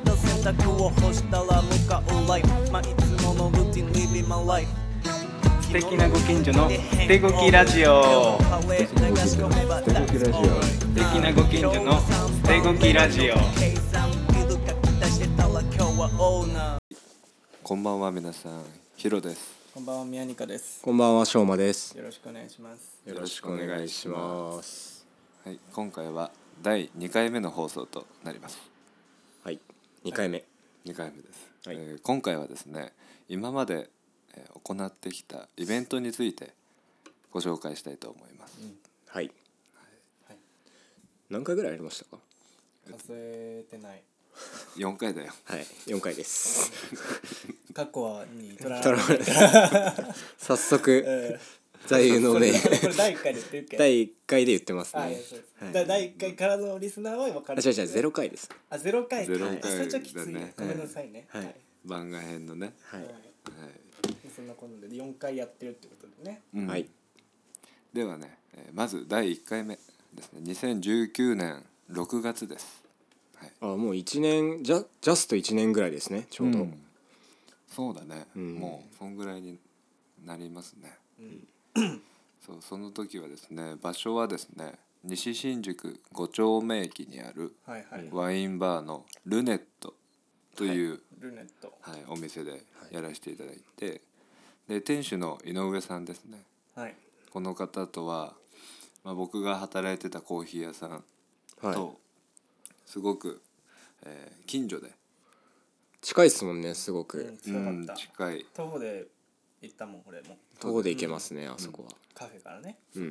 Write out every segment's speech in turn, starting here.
卓を干したら向かうライフまあいつものルーティン Living my life 素敵なご近所の捨てゴキラジオ素敵なご近所の捨てゴキラジオこんばんは皆さん、ヒロです。こんばんは宮ニカですこんばんは、しょうまです。。よろしくお願いしますよろしくお願いしますはい、今回は第2回目の放送となります。はい、二回目。 2回目です。はいえー今回はですね、今まで、えー行ってきたイベントについてご紹介したいと思います。はい。はい何回ぐらいありましたか。数えてない4回だよ。はい、四回 です。過去はにとら頼まれます早速、座右の 銘。これ第1回で言ってるけ第一回で言ってますあね。はいやいそうですだ第1回からのリスナーは分かあ、る違う違う、ゼロ回です。あゼロ回かゼロ回あそれちょっときつだいねごめんなさいねはい番外編のね。はい。でそんなこんなで4回やってるってことでねうんはい。ではね、えーまず第1回目ですね。2019年6月です。はい。あ、もう一年、じゃ、ジャスト一年ぐらいですね。ちょうど。んそうだね、んもうそんぐらいになりますね、そうその時はですね場所はですね西新宿5丁目駅にあるはいはいワインバーのルネットという、ルネットはいお店でやらせていただいて、で店主の井上さんですねはいこの方とは、まあ、僕が働いてたコーヒー屋さんはい。とすごく、えー近所で、近いですもんね、すごうんく。すうごかんった近い徒歩で行ったもん俺も徒歩で行けますね、あそこは。カフェからねうん。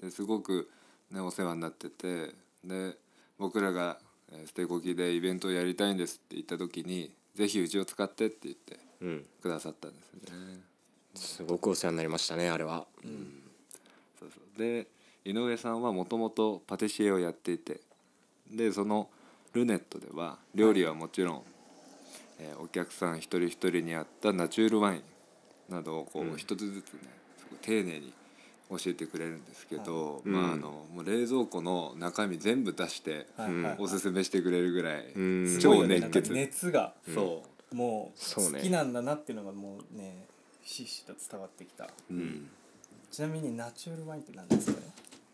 ですごく、ね、お世話になっててで僕らがえー捨てこきでイベントをやりたいんですって言った時にぜひうちを使ってって言ってうん。くださったんですよね。すごくお世話になりましたね、あれは。そうそうで井上さんはもともとパティシエをやっていてでそのルネットでは料理はもちろん、えーお客さん一人一人に合ったナチュールワインなどをこう一つずつね、すごい丁寧に教えてくれるんですけど、んまあ、あのもう冷蔵庫の中身全部出して、はいはいはいおすすめしてくれるぐらい、んすごい超よね熱血、なんか熱がそもうそうね好きなんだなっていうのがもうねひしひしと伝わってきたう、うんちなみにナチュールワインって何ですかね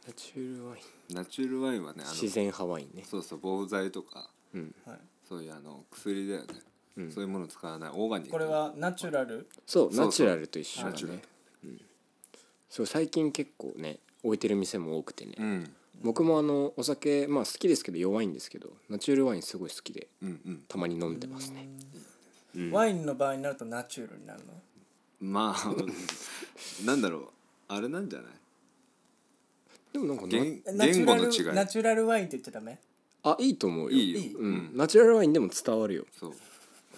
ナチュールワイン。ナチュールワインはねあ自の然派ワインね。そうそう防剤とかうん。はいそういうあの薬だよね、そういうものを使わないオーガニックこれなはナチュラルそうそうナチュラルと一緒だナチュラルねそう最近結構ね置いてる店も多くてね、うん僕もあのお酒まあ好きですけど弱いんですけどナチュラルワインすごい好きでうんうんたまに飲んでますねワインの場合になるとナチュールになるのまあ なんだろうあれなんじゃないでもなんかな言えナチュ言ラ語ルの違ナいチュラルワインって言っちゃダメあいいと思うよいいよいいうんうんナチュラルワインでも伝わるよそう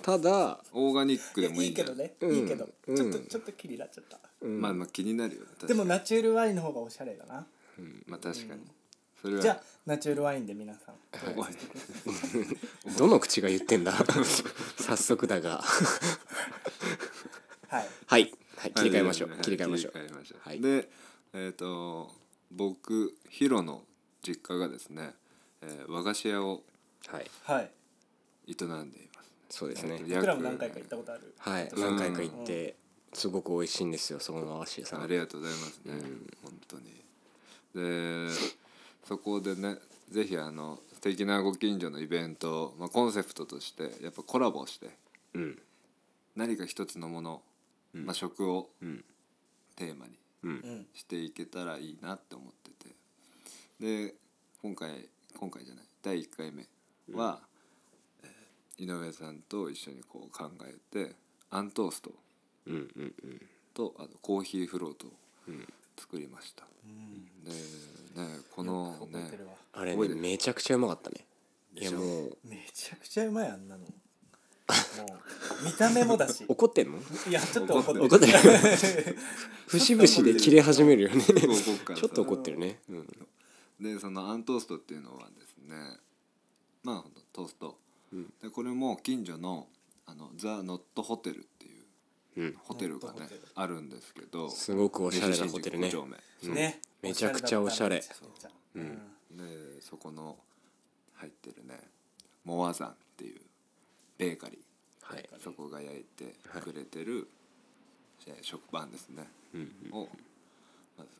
ただオーガニックでもいいいいんけじゃなどいねうんいいけどうんちょっとちょっと気になっちゃったまあまあ気になるよね確かでにもナチュールワインの方がおしゃれだなまあ確かにそれはじゃあナチュールワインで皆さんおいどの口が言ってんだ 早速だがはいはい、はい、切り替えましょう、はい切り替えましょう切り替えましょうはいでえっと僕ヒロの実家がですねえー和菓子屋をはいはい営んでいますそうですね約僕らも何回か行ったことあるはいん何回か行ってすごく美味しいんですよそこの和菓子屋さんありがとうございますね、本当にでそこでねぜひあの素敵なご近所のイベントを、まあ、コンセプトとしてやっぱコラボしてうん何か一つのもの、まあ、食をんテーマにうんしていけたらいいなって思っててで今回今回じゃない第1回目は、えー井上さんと一緒にこう考えてアントーストうんうんうんとあとコーヒーフロートを作りました、でねこの覚えねてるわあれ覚えてねるめちゃくちゃうまかったねいやしょもうめちゃくちゃうまいあんなのもう見た目もだ し怒ってんのいやちょっと怒ってる怒ってる 節々で切れ始めるよ ねちょっと怒っからちょっと怒ってるねうんでそのアントーストっていうのはですねまあほんとトースト、でこれも近所のあのザ・ノットホテルっていううんホテルがノねットホテルあるんですけどすごくおしゃれなホテルね西新宿五丁目ねめちゃくちゃおしゃれめちくちゃうんでそこの入ってるねモア山っていうベーカリはいーそこが焼いてくれてる、えー食パンですね、をまず、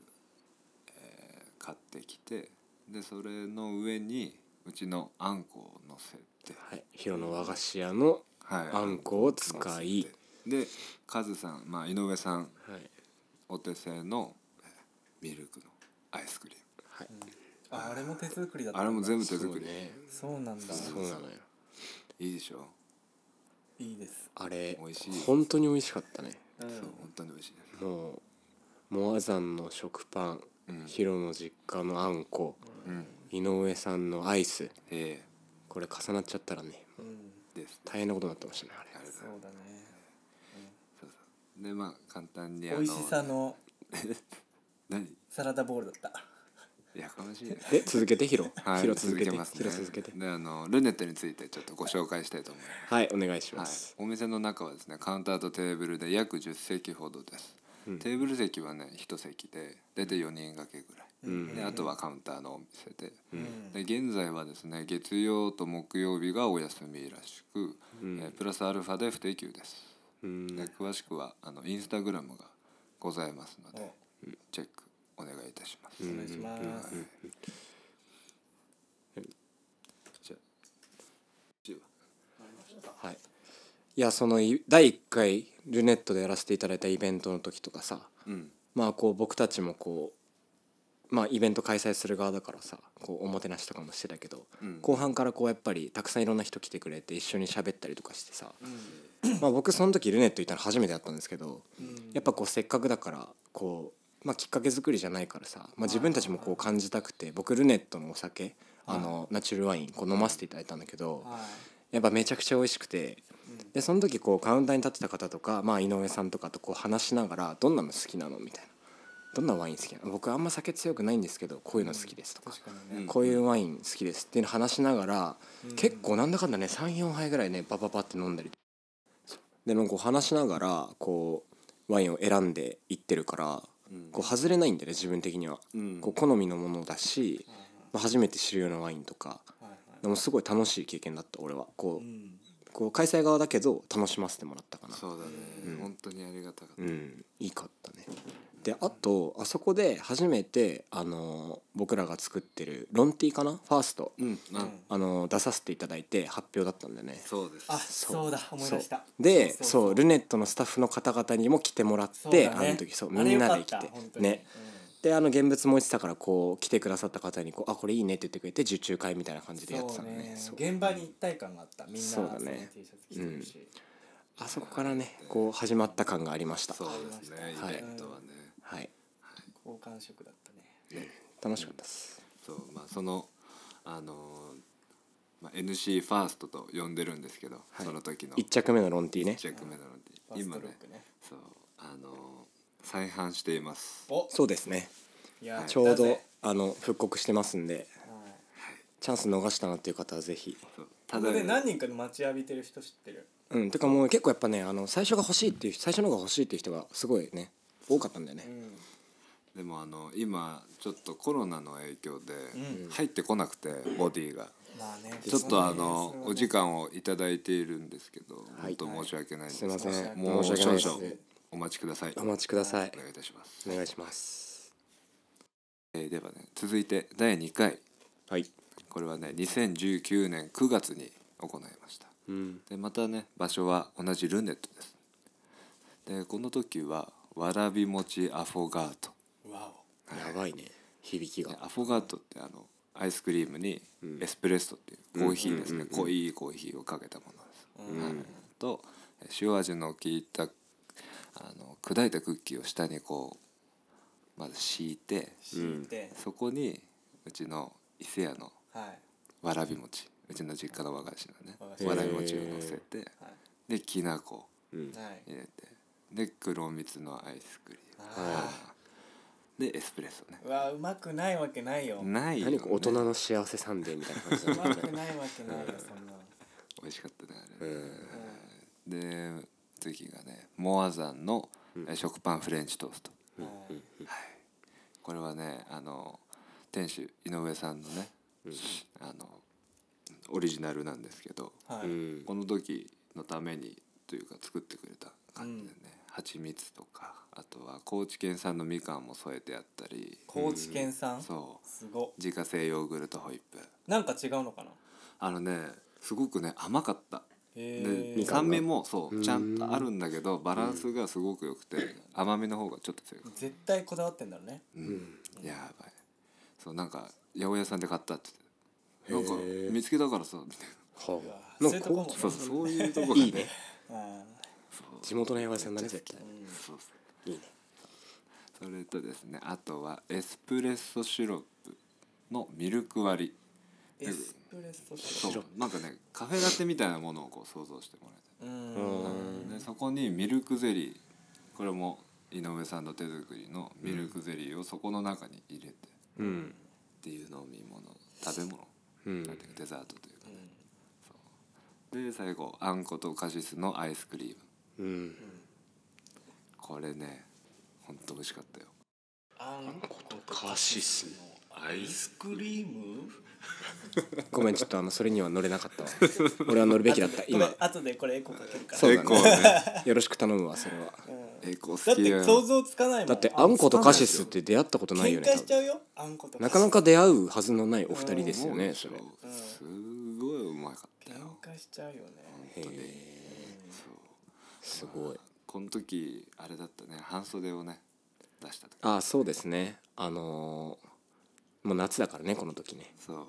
えー買ってきてでそれの上にうちのあんこを乗せて、はいヒロの和菓子屋のはいあんこを使い、でカズさん、まあ、井上さんはいお手製のえーミルクのアイスクリーはい、ああれも手作りだっムたあれも全部部手作そうり、ねそうなんだそうなのよいいでしょいいですあれ美味しい本当に美味しかったねうんそう本当に美味しいですもうモアザンの食パン、うんヒロの実家のあんこ、うん井上さんのアイスえこれ重なっちゃったらねもううんえです大変なことになってましたねあれあれだそうだねそうそうでまあ簡単に美味しさの何サラダボールだったやかましいねで続けてヒロ、はいヒロ続けて続けます、ね、ヒロ続けてであのルネットについてちょっとご紹介したいと思いますはいお願いしはまいす、、お店の中はですねカウンターとテーブルで約10席ほどです、テーブル席はね1席で大体4人掛けぐらい、であとはカウンターのお店で,、で現在はですね月曜と木曜日がお休みらしく、えープラスアルファで不定休です、うんで詳しくはあのインスタグラムがございますので、チェックお願いいたします、お願いしますじゃあ次ははい、いやそのい第1回ルネットでやらせていただいたイベントの時とかさうんまあこう僕たちもこうまあイベント開催する側だからさこうおもてなしとかもしてたけど、うん後半からこうやっぱりたくさんいろんな人来てくれて一緒に喋ったりとかしてさ、まあ僕その時ルネット行ったの初めてだったんですけど、やっぱこうせっかくだからこう、まあ、きっかけ作りじゃないからさ、まあ、自分たちもこう感じたくて僕ルネットのお酒あのナチュラルワインこう飲ませていただいたんだけど。はやっぱめちゃくちゃ美味しくて、でその時こうカウンターに立ってた方とか、まあ、井上さんとかとこう話しながら「どんなの好きなの?」みたいな「どんなワイン好きなの?」僕あんま酒強くないんですけどこういうの好きですとか、い確かにうねんこういうワイン好きですっていうの話しながら、結構なんだかんだね34杯ぐらいねパパパって飲んだりそうでもこう話しながらこうワインを選んでいってるから、うんこう外れないんだよね自分的には、うんこう好みのものだし、まあ、初めて知るようなワインとかはいはいでもすごい楽しい経験だった俺はこう、うんこう開催側だけど楽しませてもらったかなそうだね、本当にありがたかった、んいいかったねであとあそこで初めてあの僕らが作ってるロンティーかなファースト、うんああの出させていただいて発表だったんだよねそうですあそうだ思い出したそうでそうルネネットのスタッフの方々にも来てもらっそうて、だあねの時そうあみれよんなかでっ来たて本当にねであの現物も落ちてたからこう来てくださった方にこう「あこれいいね」って言ってくれて受注会みたいな感じでやってそたうんだねねそう現場に一体感があったみんなそうだねその T シャツ着てるしあそこからねこう始まった感がありましたそうですねはいイベントはね、はい好感触だったね楽しかったです、そうまあそのあのーまあ、NC ファーストと呼んでるんですけど、その時の一着目のロンティーね1着目なのでファース今トロッねクねそうあのー再販していますおそうですねやったぜちょうはどいあの復刻してますんでチャンス逃したなっていう方はぜひそうこただこで何人かで待ちわびてる人知ってるうんてかもう結構やっぱねあの最初が欲しいっていう最初のが欲しいっていう人がすごいね多かったんだよねう、んでもあの今ちょっとコロナの影響で入ってこなくて、ボディが。まあねちょっとあそのれはねお時間をいただいているんですけど、はい本当申し訳ないんですすいませんもう少申し訳ないです々お待ちください。お待ちくださいお願いいたします。お願いしますえーではね続いて第2回はいこれはね2019年9月に行いましたうんでまたね場所は同じルネットですでこの時はわらび餅アフォガートわやばいね響きでがアフォガートってあのアイスクリームにエスプレッソっていうコーヒーですね、濃いコーヒーをかけたものです、はいとえー塩味の効いたあの砕いたクッキーを下にこうまず敷いてお敷いてそこにうちの伊勢屋のはいわらび餅うちの実家の和菓子のね和菓子わらび餅を乗せてはいできな粉はい入れてで黒蜜のアイスクリームあでエスプレッソねーうわうまくないわけないようまないよ、ね何、か大人の幸せサンデーみたいな感 じだねくないわけないよそんなの美味しかったねあれねで次がねモアザンのえ食パンフレンチトースト、はいこれはねあの店主井上さんのね、あのオリジナルなんですけど、はういんこの時のためにというか作ってくれた感じでね、蜂蜜とかあとは高知県産のみかんも添えてあったり高知県産そすごう自家製ヨーグルトホイップなんか違うのかなあのねすごくね甘かったへでえかん酸味もそううんちゃんとあるんだけどバランスがすごく良くて甘みの方がちょっと強いか絶対こだわってんだろうねら、うん、やばいそうなんか八百屋さんで買ったって言ってたなんかへー見つけたからさみたいはうわあなんそういうかとこもこなそうそうそういうとこがういいねうんそう地元の平和さんになりたいそうそういいねそれとですねあとはエスプレッソシロップのミルク割エスプレッソりシそロッうなんかねカフェラテみたいなものをこう想像してもらえプううんんてでそこにミルクゼリーこれも井上さんの手作りのミルクゼリーをそこの中に入れてっうんていう飲み物食べ物うんなんていうかデザートというかねそうで最後あんことカシスのアイスクリームうんこれねほんと美味しかったよあんことカシスアイスクリームごめんちょっとあのそれには乗れなかったわ俺は乗るべきだった今あとでこれエコかけるからそう結だね 構ねよろしく頼むわそれはエコ好だっきてよ想像つかないもんだってあんことカシスって出会ったことないよ喧ね嘩多しちゃ分うよあんことなかなかか出会うはずのないお二人ですよ思うねでしそょれすごいうまかった喧よ嘩しちゃうよねへえすごいこの時あれだったね半袖をね出した時あそうですねあのーもう夏だからねこの時ねそう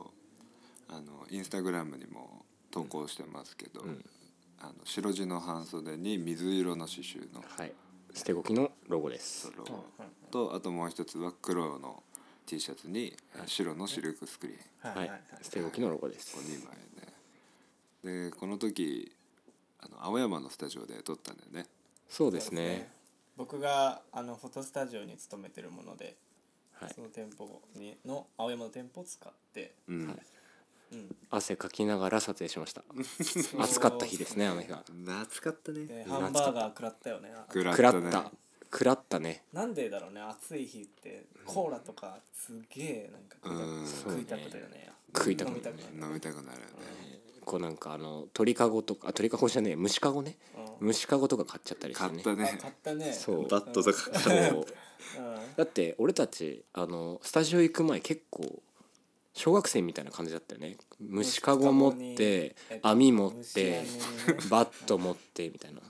あのインスタグラムにも投稿してますけど、あの白地の半袖に水色の刺繍のはい捨てゴキのロゴですロゴとあともう一つは黒の T シャツに白のシルクスクリーンはいははいいはい捨てゴキのロゴですこの2枚ねでこの時あの青山のスタジオで撮ったんだよねそうですね僕があのフォトスタジオに勤めてるものではいその店舗にの青山の店舗を使ってうん、うん汗かきながら撮影しました 暑かった日ですねあの日は夏かったねでハンバーガー食らったよねくら食らったっねた食らったねなんでだろうね暑い日ってコーラとかすげえなんかうん食いたくだよね食いたく飲みたなるね飲みたくなるよねこうなんかあの鳥かごとかあ鳥かごじゃねえ虫かごねうん虫かごとか買っちゃったりして買っねたあね買ったねそうバットとかそうう だって俺たちあのスタジオ行く前結構小学生みたいな感じだったよね虫かご持って虫かごに網持っ虫網てねバット持ってみたいな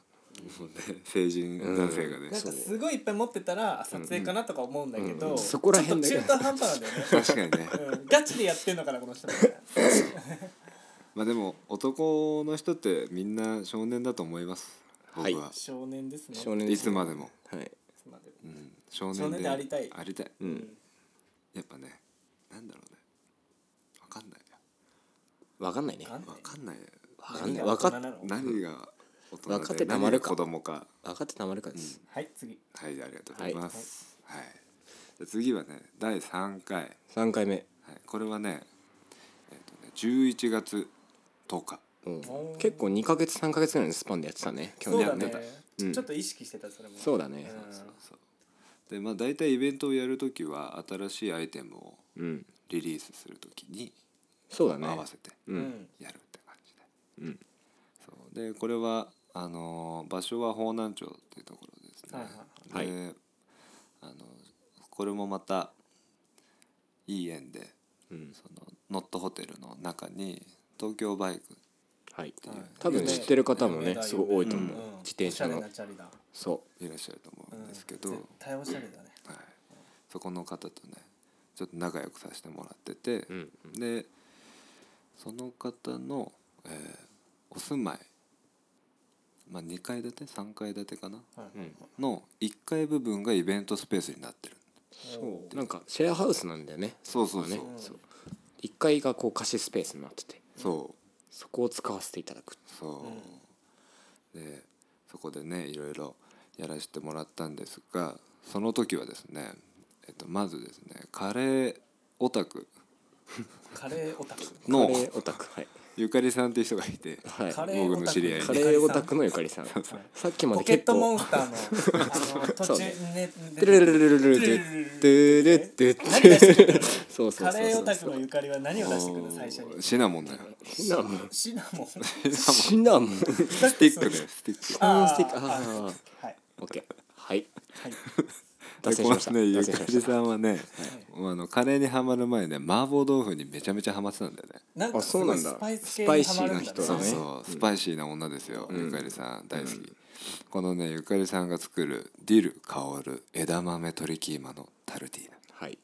成人男性がね、んなんかそうすごいいっぱい持ってたらあ撮影かなとか思うんだけうんうどんそこら辺だちよょっと中途半端なんだよね確かにねうんガチでやってんのかなこの 人みたいなまあでも男の人ってみんな少年だと思います僕は、は少年ですね少年い、つまでも、はいまでうん、少年で少年でありたいありたいうんやっぱねなんだろうねわかんない分かんないねなんでわかんないわかんない何が大人なの何わかっが大人で若手たまるか何が子供か分かってたまるかですはい次はいありがとうございますはい、じゃあ次はね第3回、はい、 3回目これはね,、えっとね11月10日うんおー結構2ヶ月3ヶ月ぐらいのスパンでやってたね去そう年だはねねちょちょっと意識してたそれもそうだねんそうでまあ大体イベントをやるときは新しいアイテムをうんリリースするときにそうだ合ねわせてうんやるって感じで、そうでこれはあのー場所は方南町っていうところですね、はいはいであのこれもまたいい縁で、うんそのノットホテルの中に東京バイクはいはい多分知ってる方も有名ねだすごい多いと思有う名だん自転車おしゃれのなチャリだそいらっしゃると思うんですけど、絶対おしゃれだねはい、そこの方とねちょっと仲良くさせてもらってて、んでその方の、えーお住まい、まあ、2階建て3階建てかなはいの1階部分がイベントスペースになってるうなんかシェアハウスなんだよねそうそうそう、ねそう1階がこう貸しスペースになっててそうそこを使わせていただくそう、でそこでねいろいろやらせてもらったんですがその時はですね、えっと、まずですねカレーオタクカレーオタクのカレーオタクはいゆかりさんっていう人がいて、はいカレー僕の知り合いオにタカレーオタクのゆかりさんそうそうさっきまポでケッ結トモン 構スターのあの途そう中ねにね 「ルルルルルルルルルルルル そうそうそうカレーオそうタクのゆかりは何を出してくるの最初にシナモンだ よ シナモンシナモンシナモンススティックだよスティックあースティックあはいーオッケーはいはい脱で線このしましたねゆ脱線かしまりしたさんはね、あのカレーにハマる前ね麻婆豆腐にめちゃめちゃハマってたんだよねなんかあすそうごないんスだパイス系にハマるんだスパイシーな人そだうねそうスパイシーな女ですよ、ゆかりさん大好き、このねゆかりさんが作るディル香る枝豆鶏キーマのタルティーナはい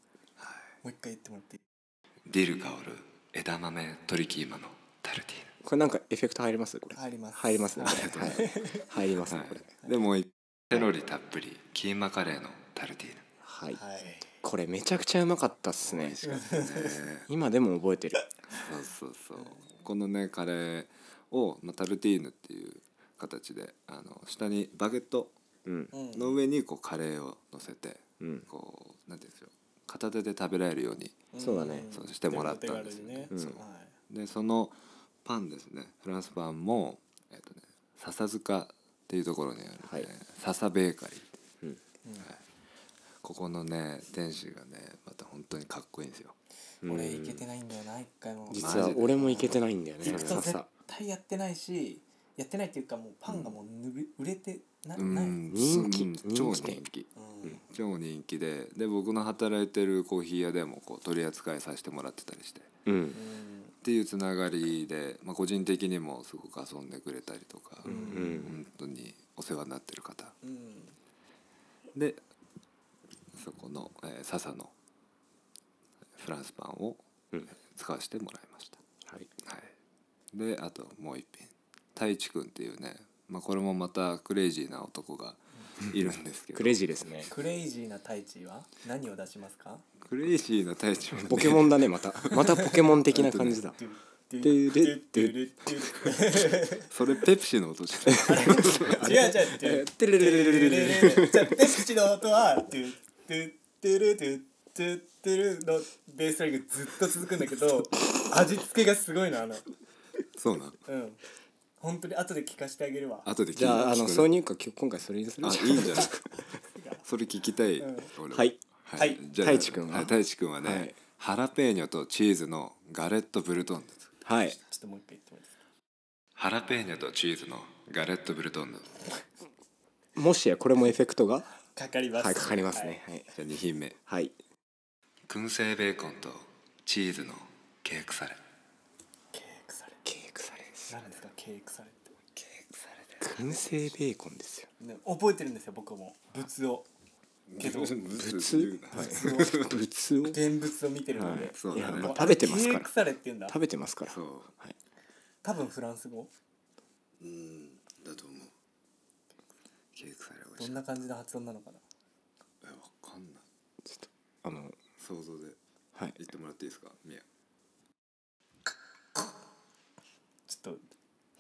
もう一回言ってもらっていいディル香る枝豆鶏キーマのタルティーナこれなんかエフェクト入りますこれ入ります入りますねはいはい入りますねこれはい、でもう一セロリたっぷりキーマカレーのタルティーはいはいこれめちゃくちゃうまかったっすねナ、今でも覚えてるそうそうそうこのねカレーを、まあ、タルティーヌっていう形であの下にバゲットうんうんの上にこうカレーを乗せて、うんこうなんていうんですよ片手で食べられるようにそうだねそうしてもらったんですよねねそううんはいでそのパンですねフランスパンも、えっとね、笹塚っていうところにある、ねはい笹ベーカリー、うんはい、ここのね店主がねまた本当にかっこいいんですよ俺行けてないんだよな一回も実は俺もいけてないんだよね行くと絶笹対やってないしやってないっていうかもうパンがもうぬる売れてなうないん人気うん人気超店人気うん超人気でで僕の働いてるコーヒー屋でもこう取り扱いさせてもらってたりしてっうんていうつながりで、まあ、個人的にもすごく遊んでくれたりとか、う本ん当にお世話になってる方うんでそこの、えー、笹のフランスパンをうん使わせてもらいました、はいはい、であともう一品太一くんっていうね、まあ、これもまたクレイジーな男がいるんですけどクレイジーですねクレイジーな太一は何を出しますかクレイジーな太一もねポケモンだねまたまたポケモン的な感じだ ドゥドゥゥルッドドゥゥルルッドゥそれペプシの音じゃ ないル違う違うドゥてれれれれれれれじゃあペプチの音はドゥドゥドゥルドゥドゥドゥルのベースラインがずっと続くんだけど味付けがすごいのあのそうなんうん本当に後で聞かせてあげるわ後で聞いてじゃああの聞こえ挿る入歌今日今回それにするあいいんじ ゃないそれ聞きたい、ん俺はいはいじゃあ太一くんはい太一くんはね、はいハラペーニョとチーズのガレットブルトンヌはいちょっともう一回言ってもらっていいですかハラペーニョとチーズのガレットブルトンヌもしやこれもエフェクトがかかりますはいかかりますねはいじゃあ2品目はい燻製ベーコンとチーズのケークサレケークされケークサレです何ですかケークされってケークされ燻製ベーコンですよね覚えてるんですよ僕も仏をけど仏仏を物を現物を見てるので、はいそうだいねや食べてますからケークされって言うんだ食べてますからそうはい多分フランス語だと思うケークサレ美味どしんいな感じの発音なのかなえわかんないちょっとあの想像ではい言ってもらっていいですかミヤちょっと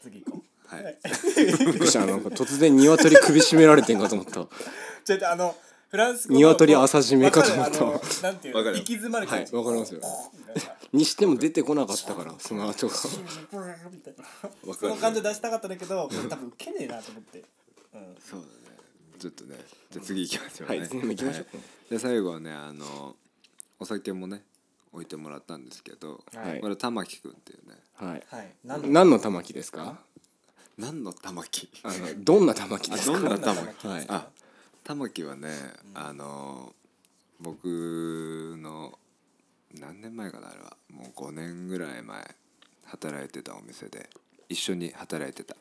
次行こうはいびっくりしたあの突然鶏首絞められてんかと思ったちょっとあのフランス語の鶏朝締めかと思ったわかるあのなんていうのわかる行き詰まる感じ、はいわかりますよみたいなにしても出てこなかったからその後がみたいなその感じ出したかったんだけどこれ多分ウケねえなと思って、うん、そうだねちょっとねじゃあ次行きましょうねはい次行きましょうはいじゃあ最後はねあのお酒もね置いてもらったんですけど、はいこれ玉木くんっていうねはいはい何の何の玉木ですか何の玉木あのどんな玉木あですどかんな玉玉木、木はいあ玉木はね、あの僕の何年前かなあれはもう5年ぐらい前働いてたお店で一緒に働いて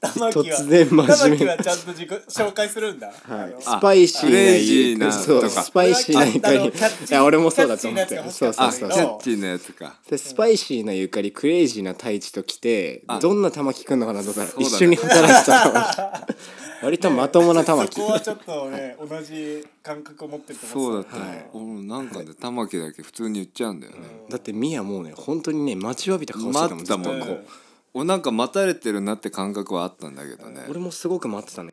た玉木は突然真面玉目木はちゃんと自己紹介するんだ、ははい、スパイシークなレイジーなそとうかスパイシーなゆかりキャッチいや俺もそうだと思ってキャッチーなそやうつそが欲しかったんだけあキうそうャどッチーなやつかでスパイシーなゆかりクレイジーな太一と来てどんな玉木くんのかなと思ったらそうだね一緒に働いてた玉木 割とまともな玉木そこはちょっとね同じ感覚を持ってるとそ思うだっってた、ね俺なんかね玉木だけ普通に言っちゃうんだよね、だってミヤもうね本当にね待ちわびた顔してた待もっんてたもんずっとここう俺なんか待たれてるなって感覚はあったんだけどねう俺もすごく待ってたね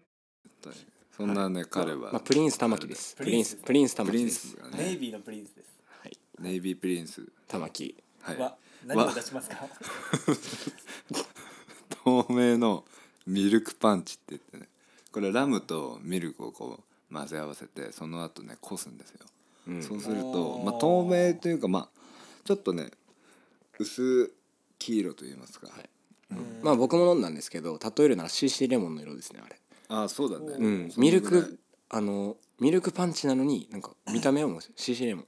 そんなね彼はまあプリンス玉木ですププリリンンススプリンスプ玉リ木ンでスすがネイねビーのプリンスですはいネイビープリンス玉木はいは何を出しますか透明のミルクパンチって言ってねこれラムとミルクをこう混ぜ合わせてその後ねこすんですよ、そうすると、まあ、透明というかまあちょっとね薄黄色と言いますか、まあ僕も飲んだんですけど例えるなら CC レモンの色ですねあれああそうだね、うんそミルぐらいクあのミルクパンチなのになんか見た目はもう CC レモン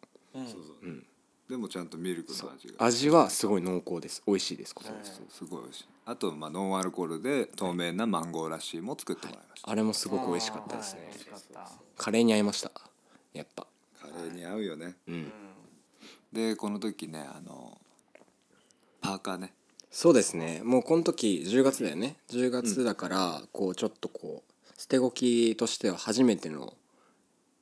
でもちゃんとミルクの味が味はすごい濃厚です美味しいですこれそうすごい美味しいあとまあノンアルコールで透明なマンゴーラッシーも作ってもらいました、あれもすごく美味しかったですね美味しかったカレーに合いましたやっぱカレーに合うよね、うんでこの時ねあのパーカーねそうですねもうこの時10月だよね10月だからこうちょっとこう捨て置きとしては初めての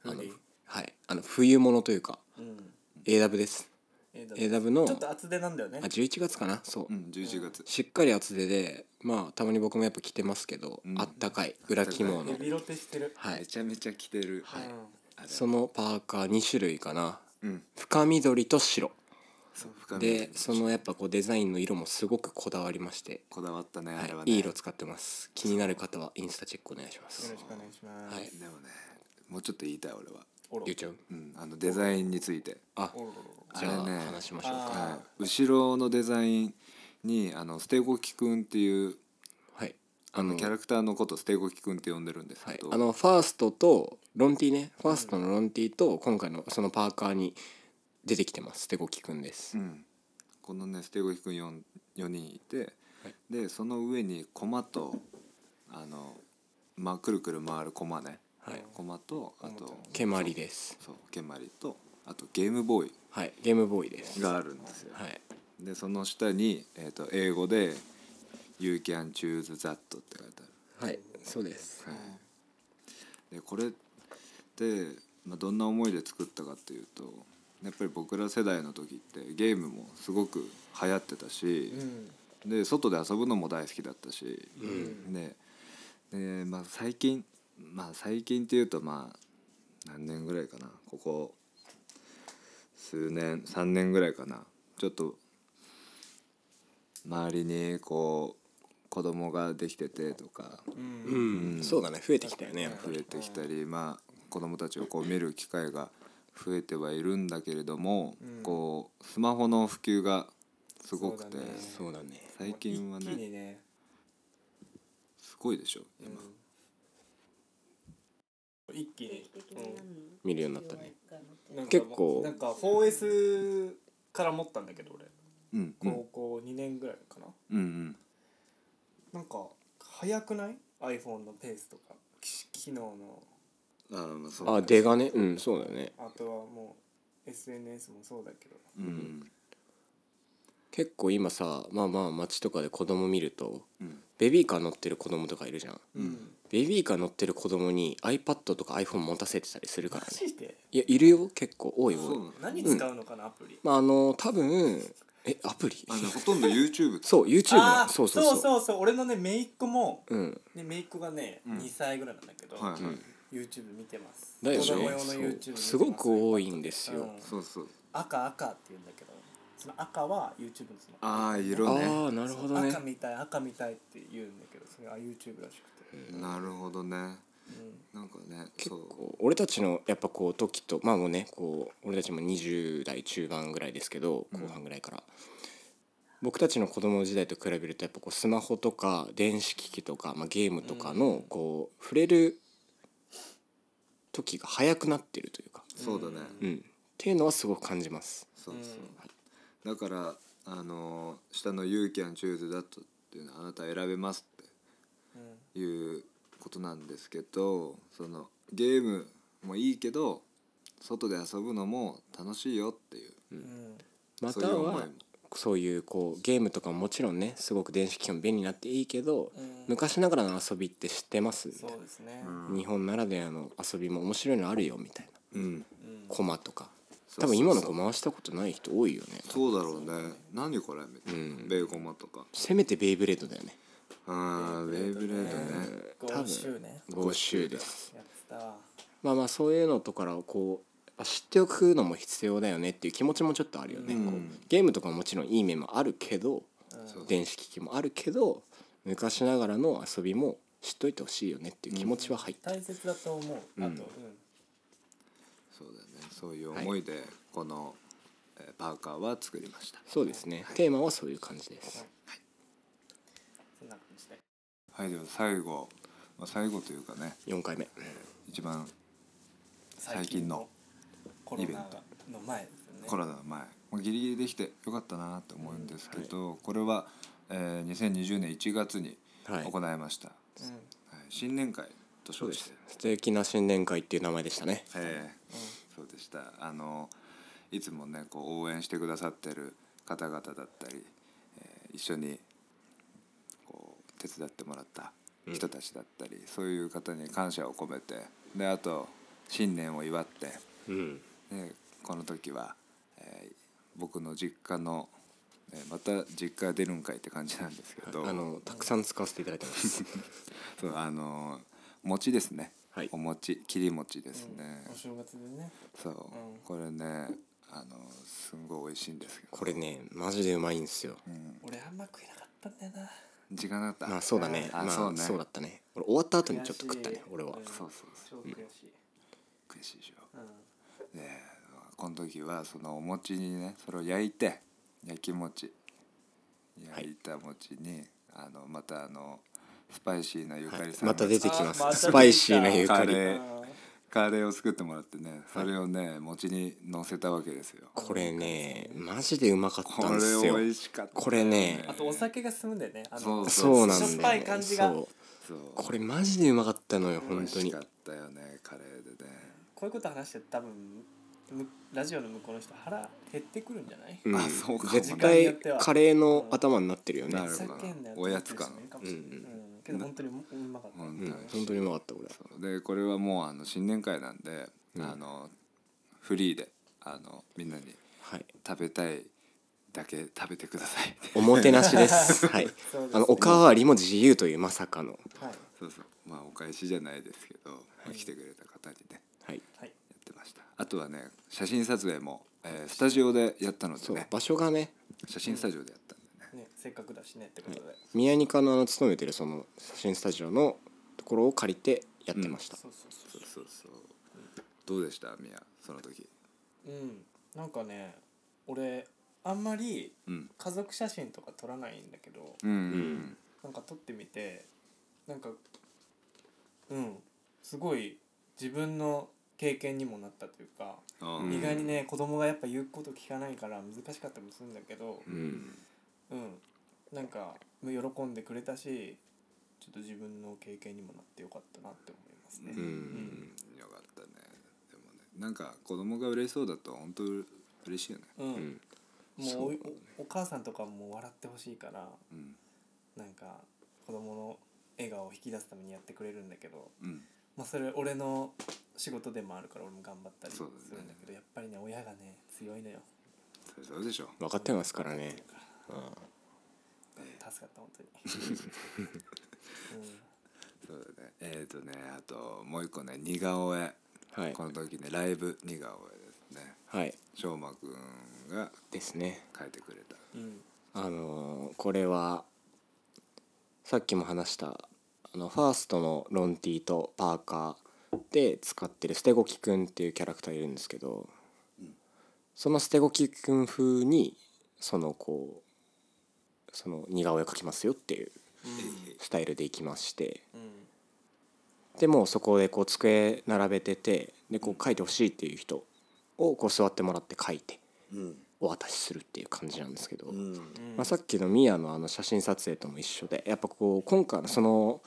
あのはいあの冬物というかうん AW ですえー AW のちょっと厚手なんだよねあ11月かなそう、うん11月、しっかり厚手でまあたまに僕もやっぱ着てますけど、うんあったかい裏起毛のヘビロテしてるはめいちゃめちゃ着てる、はいあれそのパーカー2種類かなうん深緑と白そう深みでそのやっぱこうデザインの色もすごくこだわりまして、こだわったね、は、あれはいねいい色使ってます気になる方はインスタチェックお願いしまよすろしくお願いしますはいでもねもうちょっと言いたい俺は、おろ言っちゃううん、あのデザインについてあおろおろあじれゃあね話しましょうかあはい後ろのデザインにあのステゴキくんっていうはいあのキャラクターのことステゴキくんって呼んでるんですはけいど、、あのファーストとロンティねファーストのロンティと今回のそのパーカーに出てきてますステゴキくんです、うん、このねステゴキくん 4, 4人いて、はいでその上にコマとあの、まあ、くるくる回るコマね、はいコマとあとケマリですそうケンマリとあとゲームボーイはいゲームボーイですがあるんですよ。はいでその下に、えー、と英語で「You can choose that」って書いてはいそうですある、はい、でこれって、まあ、どんな思いで作ったかっていうとやっぱり僕ら世代の時ってゲームもすごく流行ってたし、で外で遊ぶのも大好きだったし、でで、まあ、最近まあ最近っていうとまあ何年ぐらいかなここ数年3年ぐらいかなちょっと周りにこう子供ができててとかうん、そうだね増えてきたよねやっぱ増えてきたりまあ子供たちをこう見る機会が増えてはいるんだけれども、こうスマホの普及がすごくそて、うだねそうだね最近は一気にねねすごいでしょ今。一気に見るようになったねなんか結構なんか 4S から持ったんだけど俺うんうん高校2年ぐらいかなうんうんなんか早くない iPhone のペースとか機機能のあーまあそうあ出がねうんそうだよねあとはもう SNS もそうだけどうん結構今さまあまあ街とかで子供見るとうんベビーカー乗ってる子供とかいるじゃんうんベビーカー乗ってる子供に iPad とか iPhone 持たせてたりするからマねジでいやいるよ結構多いそうな多いの何使うのかなアプリまああの多分えアプリあのほとんど YouTube そう YouTube あのーそそうそそうそうううそうそう俺のね姪っ子もうんね姪っ子がねん2歳ぐらいなんだけどはいはい、 YouTube 見てますだよね子供用のそう YouTube 見てますすごく多いんですようん そうそう赤赤って言うんだけどその赤は YouTube のそのあああ色ねあなるほどね赤みたい赤みたいって言うんだけどそれは YouTube らしくて、なるほどねうんなんかね結そう構俺たちのやっぱこう時とまあもうねこう俺たちも20代中盤ぐらいですけど後半ぐらいから、僕たちの子供時代と比べるとやっぱこうスマホとか電子機器とか、まあ、ゲームとかのこう触れる時が早くなってるというか、そうだね、うん、っていうのはすごく感じます。そうそうだからあのー下の「You can choose that」っていうのはあなた選べますっていうことなんですけどそのゲームもいいけど外で遊ぶのも楽しいよっていう、うんまそういたう思いはもそういうこうゲームとかももちろんねすごく電子機器も便利になっていいけど、昔ながらの遊びって知ってますみたいそなうですね、日本ならではの遊びも面白いのあるよみたいなうんコマとかそう多分今の子回したことない人多いよねそうだろうね何これみたいな、ベーコマとかせめてベイブレードだよねあーベイブレードね50周ね5周ですやってたわまあまあそういうのとからこうぱ知っておくのも必要だよねっていう気持ちもちょっとあるよね、うんこうゲームとかももちろんいい面もあるけどそう電子機器もあるけど昔ながらの遊びも知っといてほしいよねっていう気持ちは入ってる、大切だと思う、あと、そうだよねそういう思いでこの、えーパーカーは作りましたそうですね、テーマはそういう感じですそんな感じではいでは最後、まあ、最後というかね4回目一番最近のコロナイベントの前ですよねコロナの前もうギリギリできてよかったなと思うんですけど、これは、えー、2020年1月にはい行いました、はい新年会とそ称うでしてす素敵な新年会っていう名前でしたねええそうでしたあのいつもねこう応援してくださってる方々だったり、えー一緒にこう手伝ってもらった人たちだったり、そういう方に感謝を込めてであと新年を祝ってうんでこの時は、えー僕の実家の、えーまた実家出るんかいって感じなんですけどあのたくさん使わせていただいてます そうあの餅ですね、はいお餅切り餅ですね、お正月でねそう、これねあのすんごい美味しいんですけどこれねマジでうまいんですよ、俺あんま食えなかったんだよな時間だったまあそうだねあまあそそううねだったね俺終わった後にちょっと食ったね俺はそうそうそ超悔しい、う悔しいでしょ、でこの時はそのお餅にねそれを焼いて焼き餅焼いた餅に、あのまたあのスパイシーなゆかりさんが、また出てきまあまた出てきたすスパイシーなゆカかレりーカレーを作ってもらってねそれをね餅にのせたわけですよこれねマジでうまかっこたんですれよ美味しかったこれねあとお酒が進むんだよねあそのうそうなんだよしょねっぱい感じがそうそうこれマジでうまかったのよ美本味当しにかったよねカレーでねこういうこと話して多分むラジオの向こうの人腹減ってくるんじゃない、うんあそうかもね絶時間によ対ってはカレーの頭になってるよねなるふほざどけんなよおやつ感って思ってる人もいるかもしれないうんけど本当にうまかった、本うん当本に当にうまかったこれそうでこれはもうあの新年会なんで、あのフリーであのみんなにはい食べたいだけ食べてください おもてなしですはいそうですねあのおかわりも自由というまさかのはいそうそうまあお返しじゃないですけど、まあ来てくれた方にねはいはいやってましたあとはね写真撮影も、えースタジオでやったのでそうね場所がね写真スタジオでやったんでね、ねせっかくだしねってことで、宮ニカのあの勤めてるその写真スタジオのところを借りてやってました、そうそうそうそうそうそうどうでしたみやその時うんなんかね俺あんまりうん家族写真とか撮らないんだけど、うんなんか撮ってみてなんかうんすごい自分の経験にもなったというか、うんうん意外にね子供がやっぱ言うこと聞かないから難しかったりもするんだけどうんうん、なんか喜んでくれたしちょっと自分の経験にもなってよかったなって思いますね。うんうんよかったねでもねなんか子供が嬉しそうだと本当嬉しいよねうんもそううおおお母さんとかも笑ってほしいからうんなんか子供の笑顔を引き出すためにやってくれるんだけど、うんまあ、それ俺の仕事でもあるから俺も頑張ったりすそるうんだだねけどやっぱりね親がね強いのよそりゃそうでしょ分かってますからね助かった本 当に。そうだねえっ、とねあともう一個ね似顔絵、はいこの時ねライブ似顔絵ですねはいしょうまくんがですね描いてくれたうんうんあのーこれはさっきも話したあのファーストのロンティとパーカーで使ってる捨てゴキくんっていうキャラクターいるんですけど、その捨てゴキくん風にそのこうその似顔絵描きますよっていうスタイルでいきましてうんでもうそこでこう机並べててでこう描いてほしいっていう人をこう座ってもらって描いてうんお渡しするっていう感じなんですけど。うんうんまあ、さっきのミヤのあの写真撮影とも一緒でやっぱこう今回のその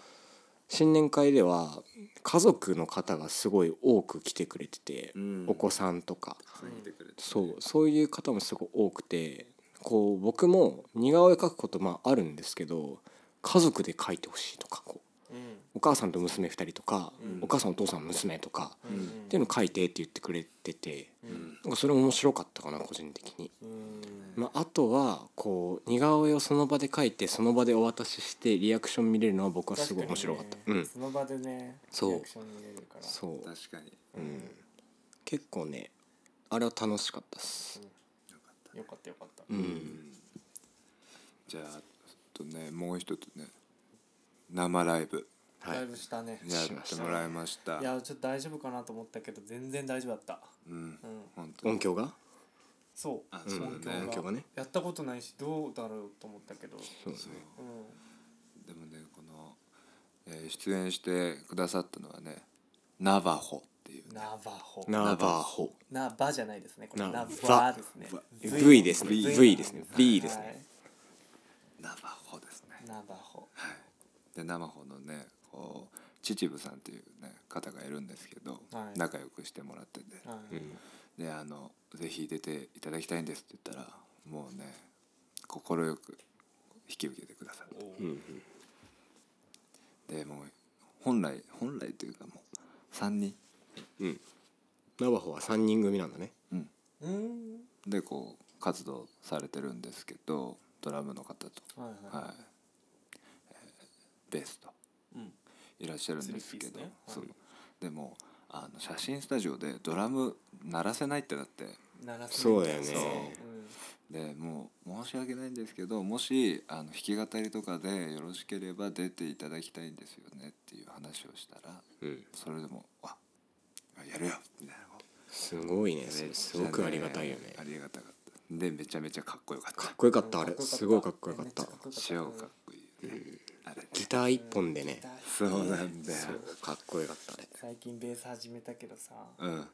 新年会では家族の方がすごい多く来てくれてて、うんお子さんとか描いてくれたそうそういう方もすごい多くてこう僕も似顔絵描くことまああるんですけど家族で描いてほしいとかこううんお母さんと娘2人とか、お母さんお父さん娘とか、うんっていうのを描いてって言ってくれてて、なんかそれ面白かったかな個人的に。うんまあ、あとはこう似顔絵をその場で描いてその場でお渡ししてリアクション見れるのは僕はすごい面白かった確にねうんその場でねそうリアクション見れるからそう確かに結構ねあれは楽しかったっすよかったよかった、じゃあちょっとねもう一つね生ライブはいだいぶしたねやってもらいましたいやちょっと大丈夫かなと思ったけど全然大丈夫だったうん本当に音響がそうあそうだね音響がねやったことないしどうだろうと思ったけどそうですねうでもねこの、えー出演してくださったのはねナバホっていうんナバホナバホナバじゃないですねこれナナババですね V ですね V ですね B ですねナバホですねはいナバホで生ホのねこう秩父さんっていうね方がいるんですけど、はい仲良くしてもらってて、はいであの「ぜひ出ていただきたいんです」って言ったらもうね快く引き受けてくださるでもう本来本来というかもう3人ナバホは3人組なんだねうんでこう活動されてるんですけどドラムの方と、はいはいはいえーベースとうんいらっしゃるんですけどスリーピースねはいそうでもあの写真スタジオでドラム鳴らせないってなって鳴らせないそうだよそうねでもう申し訳ないんですけどもしあの弾き語りとかでよろしければ出ていただきたいんですよねっていう話をしたらうんそれでも「あやるよ」みたいなことすごいねそれすごくありがたいよねありがたかったでめちゃめちゃかっこよかったかっこよかったうんあれすごいかっこよかっためちゃかっこよかった超かっこいいよね、あれねギター一本でねそうなんだよそうかっこよかったあれ最近ベース始めたけどさやっうんぱ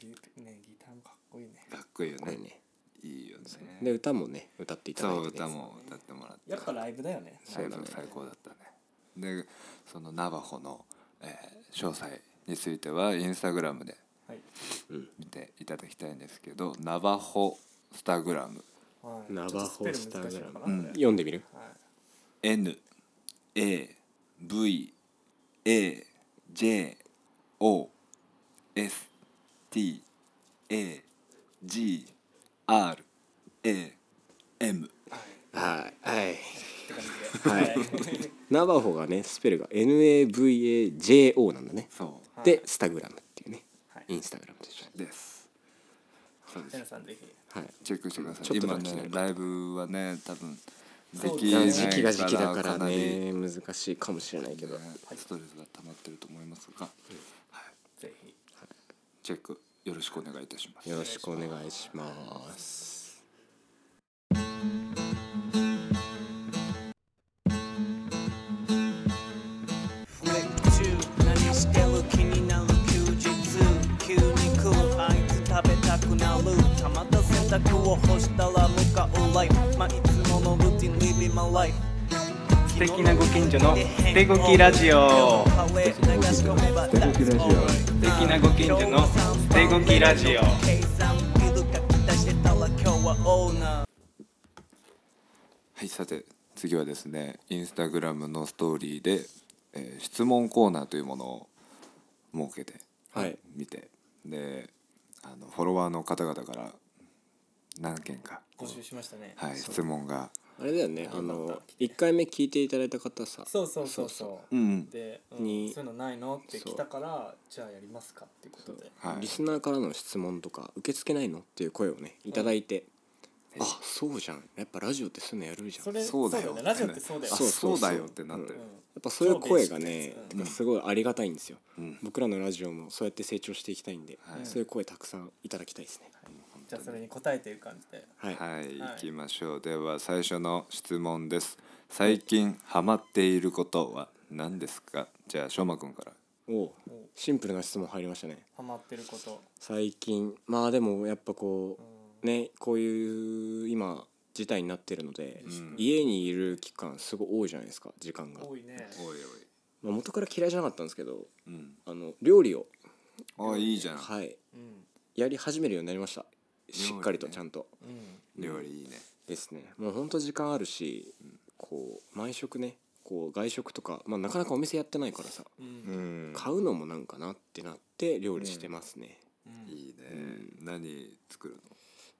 ビュねギターもかっこいいねかっこいいよこれねねいいよねで歌もね歌っていただそいうてね歌も歌ってもらってやっぱライブだよね最後最高だったねでそのナバホの、えー詳細についてはインスタグラムではい見ていただきたいんですけどナバホスタグラムはいナバホスタグラムム読んでみる NAVAJOSTAGR はいはいはいナバホがねスペルが NAVAJO なんだねそでスタグラムっていうねはいインスタグラムと一緒うですそうです皆さんぜひはいチェックしてくださいちょっと今だけねライブはね多分でそうきだなねい時期が時期だかからなりね難しいかもしれないけどストレスが溜まってると思いますが、はい、ぜひチェックよろしくお願いいたしますよろしくお願いしますフレック中何してる気になる休日急に食うあいつ食べたくなるたまった洗濯を干したら向かうライフまあいつものルーティン Living my life 素敵なご近所のステゴキラジオ素敵なご近所のステゴキラジオ計算ビルが来たしてたら今日はオーナーはいさて次はですねインスタグラムのストーリーで、えー質問コーナーというものを設けてはい見てであのフォロワーの方々から何件か、募集しましたねはい、質問があれだよねあの1回目聞いていただいた方さそうそうそうそううんでうんにそういうのないのって来たからじゃあやりますかっていうことではいリスナーからの質問とか受け付けないのっていう声をねいただいて、あそうじゃんやっぱラジオってそういうのやるじゃんそれそうだよねラジオってそうだよあそうそうだよってなってる、やっぱそういう声そうがねです、てかすごいありがたいんですよ、ん僕らのラジオもそうやって成長していきたいんで、はいそういう声たくさんいただきたいですねじゃあそれに答えていう感じではい、はい、はい行きましょうでは最初の質問です最近ハマっていることは何ですかじゃあしょうまくんからおうシンプルな質問入りましたねハマってること最近まあでもやっぱこうねこういう今事態になってるので、家にいる期間すごい多いじゃないですか時間が、多いねおいまあ、元から嫌いじゃなかったんですけどおいうんあの料理をあいいじゃん、はいうんやり始めるようになりましたしっかりと料理ねちゃんと、うん料理いいねですねもうほんと時間あるし、こう毎食ねこう外食とか、まあ、なかなかお店やってないからさ、うんうん買うのもなんかなってなって料理してますねいいね、何作る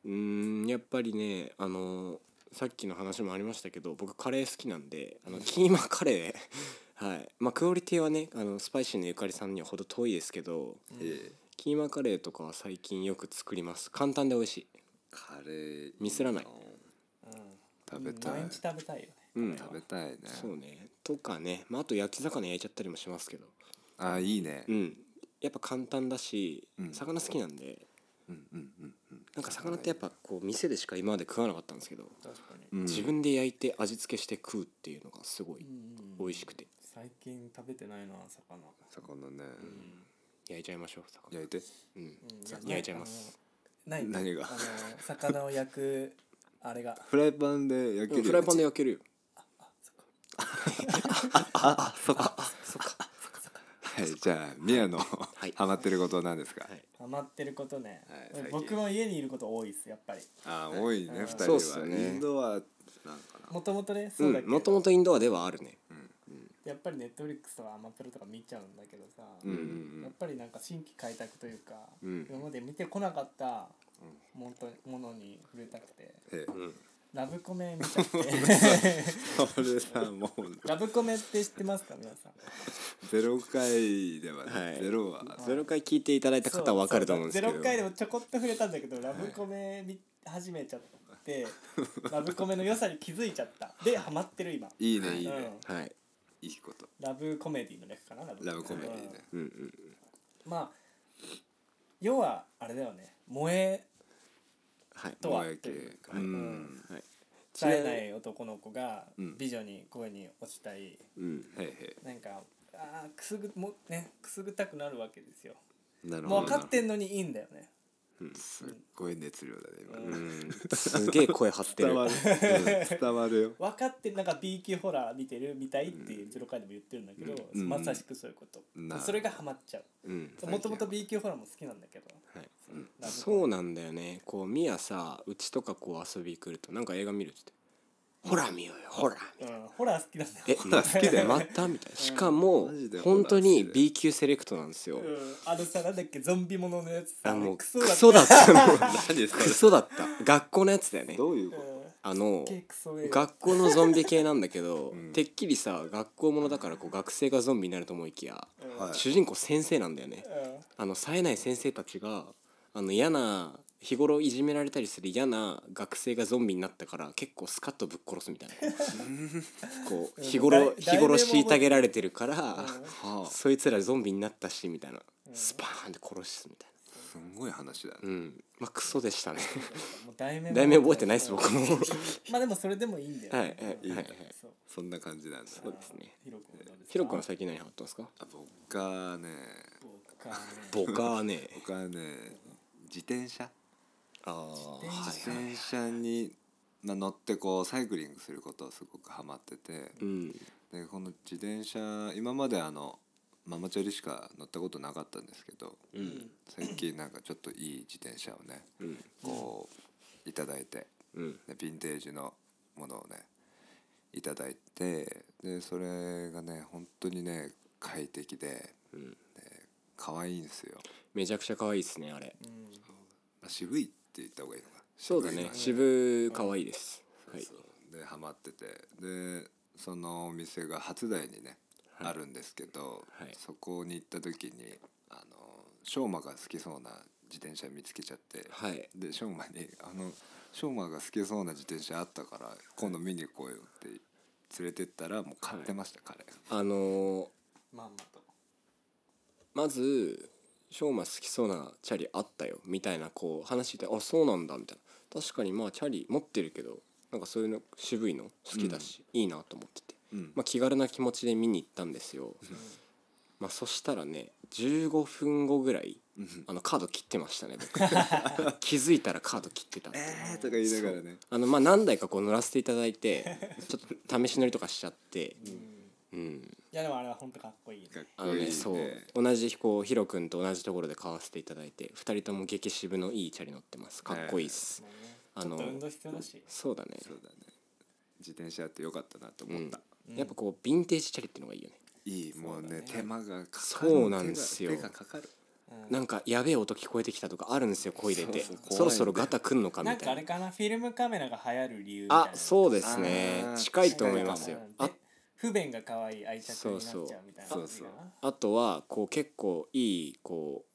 のうーんやっぱりねあのさっきの話もありましたけど僕カレー好きなんであのキーマカレ ーはいまあクオリティはねあのスパイシーのゆかりさんにはほど遠いですけど、えキーマカレーとかは最近よく作ります簡単で美味しいカレーミスらない食べたい毎日食べたいよねうん食べたいねそうねとかね、まあ、あと焼き魚焼いちゃったりもしますけどあいいねうんやっぱ簡単だし、ん魚好きなんでうんうんうんうんなんか魚ってやっぱこう店でしか今まで食わなかったんですけど、確かにうん自分で焼いて味付けして食うっていうのがすごい美味しくて最近食べてないな魚魚ね焼いちゃいましょう魚焼いてうんや焼いちゃいますない何があの魚を焼くあれがフライパンで焼けうんるフライパンでや焼けるよつ はいじゃあ宮のい ハマってることなんですかはいハマってることね、はい最近僕も家にいること多いですやっぱりあ多いね二人そうっすはよねインドアなんかなもともとねそうだけど、もともとインドアではあるねやっぱりネットフリックスとかアマプロとか見ちゃうんだけどさ、うんうんやっぱりなんか新規開拓というか、うん今まで見てこなかったもんとものに触れたくてええラブコメ見ちゃってそれさもうラブコメって知ってますか皆さんゼロ回でははねいゼロはゼロ回聞いていただいた方は分かると思うんですけどそうそうゼロ回でもちょこっと触れたんだけどラブコメ見始めちゃって、ラブコメの良さに気づいちゃったでハマってる今いいねいいねうんはいいいことラブコメディの略かなラブラブコメディねうんうんうんまあ要はあれだよね萌えはいとは萌え系というかうんはい冴えない男の子がん美女に声に落ちたい、うんはいはいなんかあーくすぐもねくすぐったくなるわけですよなるもほどう分かってんのにいいんだよねすっごい熱量だね今 すげえ声張って伝わるるうん伝わる よ分かってなんか B 級ホラー見てるみたいっていうゼロ回でも言ってるんだけど、うんまさしくそういうこと、なるそれがハマっちゃううんもともと B 級ホラーも好きなんだけど、はいラブコメそうなんだよねこうミヤさうちとかこう遊び来るとなんか映画見るって言って「ほら見ようよほら」みたいなうん、ホラー好きなんだよ「え好きだよまた?」みたいなしかもマジで本当にほら好きだよ B 級セレクトなんですようん、あのさなんだっけゾンビもののやつさあもうククソだったソだったもう何そクソだった学校のやつだよねどういううこんあのすっげえクソ映画学校のゾンビ系なんだけど、てっきりさ学校ものだからこう学生がゾンビになると思いきや、とはい主人公先生なんだよね、うんあの冴えない先生たちがあの嫌な日頃いじめられたりする嫌な学生がゾンビになったから結構スカッとぶっ殺すみたい なこうだ日い頃だいぶ日頃虐げられてるからはあそいつらゾンビになったしみたいなスパーンって殺すみたいすんごい話だねなうんまあクソでしたねもう題名も題名覚えてないですうん僕もまあでもそれでもいいんだよね、はいはいうんはいはいそうそんな感じなんだそうですねヒロ君どうですかヒロ君は最近何ハマったんですかあ僕はね僕かね僕はね僕はね自転車 ああはい自転車にな乗ってこうサイクリングすることをすごくハマっててうんでこの自転車今まであのママチャリしか乗ったことなかったんですけど、最近なんかちょっといい自転車をね、こういただいてうんでヴィンテージのものをねいただいてでそれがね本当にね快適で,、で可愛いんですよめちゃくちゃ可愛いですねあれ渋いって言った方がいいのかそうだね渋可愛いですはいでハマっててでそのお店が初台にね、あるんですけど、はいそこに行った時にあの翔馬が好きそうな自転車見つけちゃって、はいで翔馬に「あの翔馬が好きそうな自転車あったから今度見に来いよ」って連れてったらもう買ってました、彼あのーまんまとまず翔馬好きそうなチャリあったよみたいなこう話して「あそうなんだ」みたいな確かにまあチャリ持ってるけどなんかそういうの渋いの好きだし、いいなと思ってて、うんまあ、気軽な気持ちで見に行ったんですよ、まあ、そしたらね15分後ぐらいあのカード切ってました ね僕気づいたらカード切ってたっていうえー、とか言いながらねあのまあ何台かこう乗らせていただいてちょっと試し乗りとかしちゃってうんいやでもあれは本当かっこいいねかっあこのいいねねそう同じこうヒロ君と同じところで買わせていただいて2人とも激渋のいいチャリ乗ってますかっこいいっす、あちょっのと運動必要だしそうだねそうだね自転車あってよかったなとう思っんた、やっぱこうヴィンテージチャリってのがいいよねいいもうね手間がかかるそうなんですよ手がかかるなんかやべえ音聞こえてきたとかあるんですよ声入れてそうそう怖いんだよそろそろガタくんのかみなんたかあいなれかなフィルムカメラが流行る理由みたいなあそうですねあー近いと思いますようんあで不便が可愛い愛着になっちゃうみたいなそうそう感じかなそうそうあとはこう結構いいこう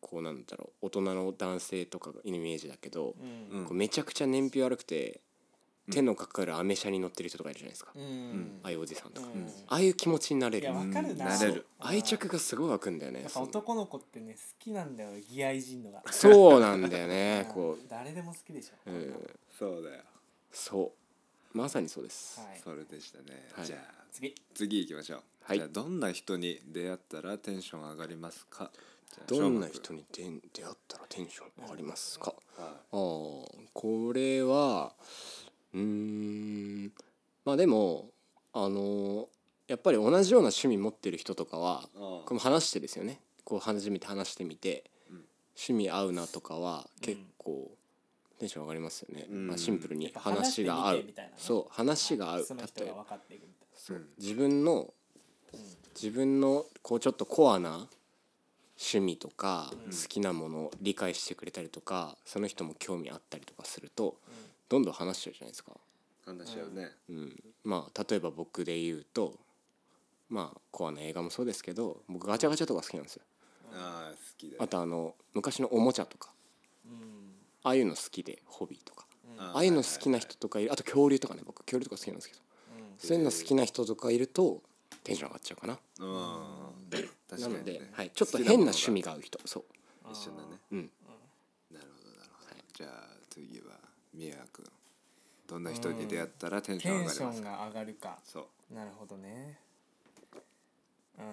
こうなんだろう大人の男性とかのイメージだけど、うこうんめちゃくちゃ燃費悪くて手のかかるアメ車に乗ってる人とかいるじゃないですか、うんああいうおじさんとか、うんああいう気持ちになれいるやわかるなうんなれる愛着がすごい湧くんだよねやっぱ男の子ってね好きなんだよ義愛人のがそうなんだ よねこ誰でも好きでしょう、うん、そうだよそうまさにそうです、はいそれでしたね、はいじゃあ次次行きましょう、はいじゃあどんな人に出会ったらテンション上がりますかじゃあどんな翔く人に出ん出会ったらテンション上がりますか、ああこれはうーんまあでもあのやっぱり同じような趣味持ってる人とかはああこれも話してですよねこう初めて話してみて、ん趣味合うなとかは結構テンション上がりますよね、んまあ、シンプルにぱ話してみて話が合う、みたいなねそう話が合うその人例えがば分かっていくみたいそううん自分の自分のこうちょっとコアな趣味とか好きなものを理解してくれたりとかその人も興味あったりとかするとどんどん話しちゃうじゃないですか。話し合うね、うん、まあ例えば僕で言うとまあコアな映画もそうですけど僕ガチャガチャとか好きなんですよ。ああ好きだよあとあの昔のおもちゃとかああいうの好きでホビーとかああいうの好きな人とかいるあと恐竜とかね僕恐竜とか好きなんですけどそういうの好きな人とかいるとテンション上がっちゃうかな。うん確なかのにで、ねはい、ちょっと変な趣味が合う人そう一緒だねうんなるほどなるほどじゃあ次は宮くんどんな人に出会ったらテンションな上テンがシりョますンかが上がるかそうなるほどねうん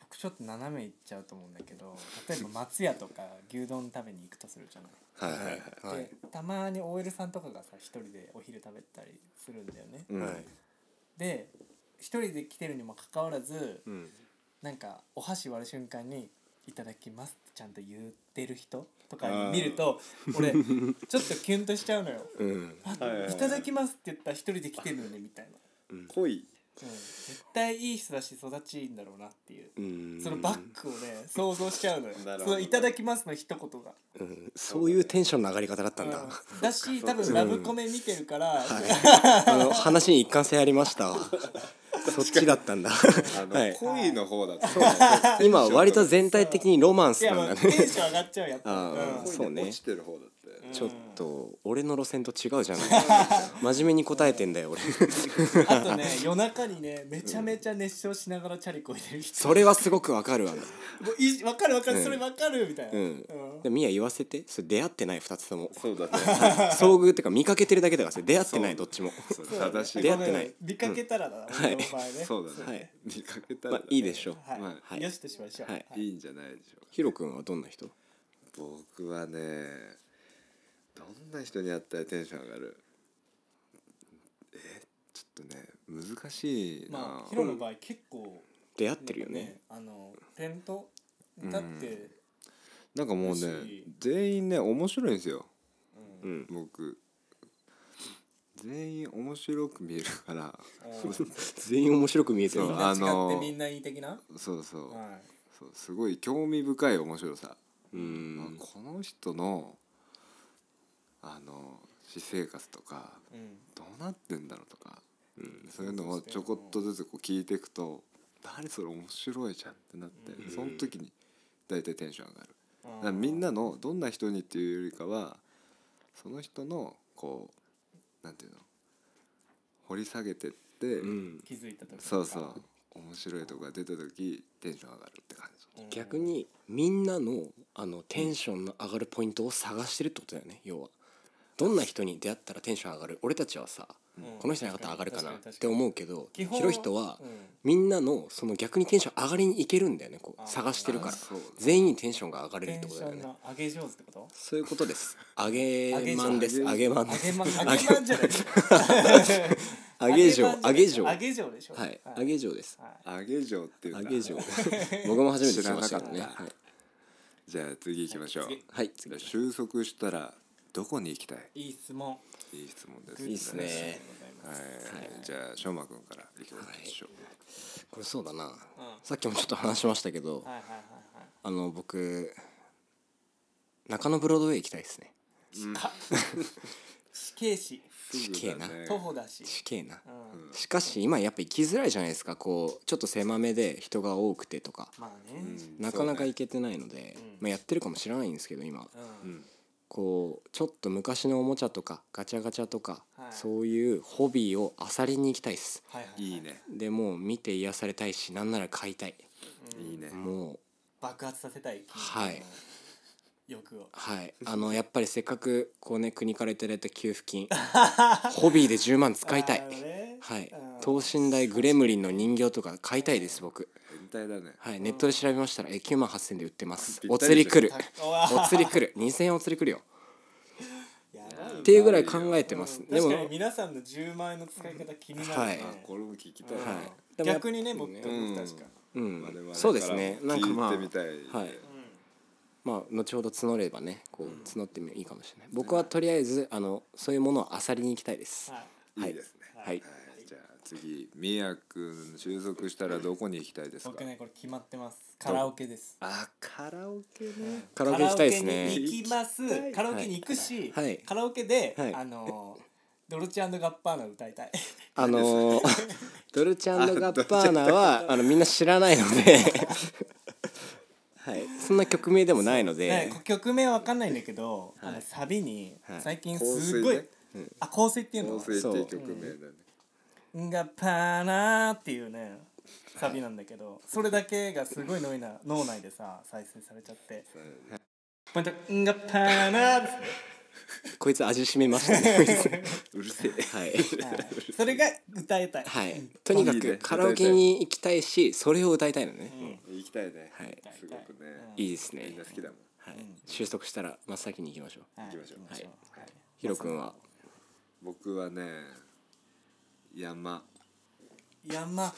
僕ちょっと斜めいっちゃうと思うんだけど例えば松屋とか牛丼食べに行くとするじゃないはいはいはいでたまに OL さんとかがさ一人でお昼食べたりするんだよね、うんで一人で来てるにもかかわらず、んなんかお箸割る瞬間に「いただきます」ってちゃんと言ってる人とか見ると俺ちょっとキュンとしちゃうのよ「うんあ いはいはいいただきます」って言ったら一人で来てるのねみたいな、濃いうん、絶対いい人だし育ちいいんだろうなっていううんそのバックをね想像しちゃうのよなるほどその「いただきます」の一言が。うんそういうテンションの上がり方だったんだ、うんだし多分ラブコメ見てるから、あの話に一貫性ありま したわそっちだったんだあの、はい濃いの方だった今割と全体的にロマンいスやなんまあだテンねション上がっちゃうやっぱ、あーうん濃そういのね落ちてる方だったよねちょっと俺の路線と違うじゃない真面目に答えてんだよ俺 あとね夜中にねめちゃめちゃ熱唱しながらチャリこいでる人、それはすごくわかるわなもういいわかるわかる、うんそれわかるみたいな、ううんん、でミヤ言わせてそれ出会ってない2つとも そうだね遭遇っていうか見かけてるだけだからそれ出会ってないどっちもそう正しい出会ってないごめん見かけたらだな、俺の場合ね、そうだね、はい見かけたら、まあいいでしょうはい、まあいよしとしましょう、はいいいんじゃないでしょうかヒロ君はどんな人僕はねどんな人に会ったらテンション上がるえちょっとね難しいな、まあヒロの場合結構出会ってるよねあのテントに立って、なんかもうだねし全員ね面白いんですよ、うん僕全員面白く見えるからうん全員面白く見えてるそうなみんなあ違っのてみんないい的な、そうそう,、はいそうすごい興味深い面白さ、うんまあこの人のあの私生活とかうんどうなってんだろうとか、そういうのをちょこっとずつこう聞いていくと「誰それ面白いじゃん」ってなって、その時に大体テンション上がる。あーだからみんなのどんな人にっていうよりかはその人のこうなんていうの掘り下げてって、うん気づいた時とかそうそう面白いとこが出た時テンション上がるって感じ。逆にみんなのあのテンションの上がるポイントを探してるってことだよね要はどんな人に出会ったらテンション上がる俺たちはさ、うんこの人に上がったら上がるかな確っに確てに思うけど基ヒ本ロヒトは、うんみんなのその逆にテンション上がりにいけるんだよねこう探してるからあそう全員にテンションが上がれるっテてンこシとだョよンねの上げ上手って ことそういうことです上げまんです上上げまんで上げすまん上げまんじゃないまんじゃない上げ上上げ上上げ上でしょはい上げ上ですはい上げ上っていうん上だげ上僕も初めて聞きましたけど知ねらなかはいじゃあ次行きましょう。はい次はいじ次ゃあ収束したらどこに行きたいいい質問いい質問ですいいっすねはい、じゃあしょうまくんからいきましょう。これそうだなさっきもちょっと話しましたけどはいはいはいはいあの僕中野ブロードウェイ行きたいですね死刑士すぐだね徒歩だし、死刑なうん、しかし今やっぱ行きづらいじゃないですかこうちょっと狭めで人が多くてとかまあね、うんなかなそかうね行けてないので、うんまあ、やってるかもしれないんですけど今ううんんこうちょっと昔のおもちゃとかガチャガチャとか、はいそういうホビーを漁りに行きたいっすはいはいはい、いいねでもう見て癒されたいしなんなら買いたいいいねもう爆発させたいはい欲をはいあのやっぱりせっかくこうね国からいただいた給付 金ホビーで10万使いたいなるほどねはいうん等身大グレムリンの人形とか買いたいです僕変態だねはいネットで調べましたらえ9万8000で売ってますぴおったり釣じりゃん来るうわお釣り来る2000円お釣り来るよやばいよっていうぐらい考えてますうんでも確かに皆さんの10万円の使い方気になるね、はいあこれも聞きたいはなでもやっ逆にね僕うん僕確かう我々んからそうですねなんかまあ聞いてみたいねはいまあ後ほど募ればねこう募ってもいいかもしれない僕はとりあえずあのそういうものを漁りに行きたいですはいはいいいですねはいはいじゃあ次みやくん収束したらどこに行きたいですか僕ねこれ決まってますカラオケですあカラオケねカラオケ行きたいでカすラオケねに行きますカラオケに行くし、はいカラオケで、はいあのードルチェガッパーナ歌いたいあのードルチェガッパーナはあのみんな知らないのではいそんな曲名でもないのねで曲名わかんないんだけど、あのサビにはい最近すごい、香あ香水っていうの構成っていう曲名だねがパーナーっていうねサビなんだけどそれだけがすごい脳な脳内でさ再生されちゃってポイント「んがパーナー」ですねこいつ味しめましたねうるせえはい、はいそれが歌いたい、はい、とにかいいねくカラオケに行きたいしそれを歌いたいのね、行きたいねはいすごくねいいですねみんな好きだもんはい、収束したら真っ先に行きましょうはい、行きましょう行きまはいヒロ君は僕はね山山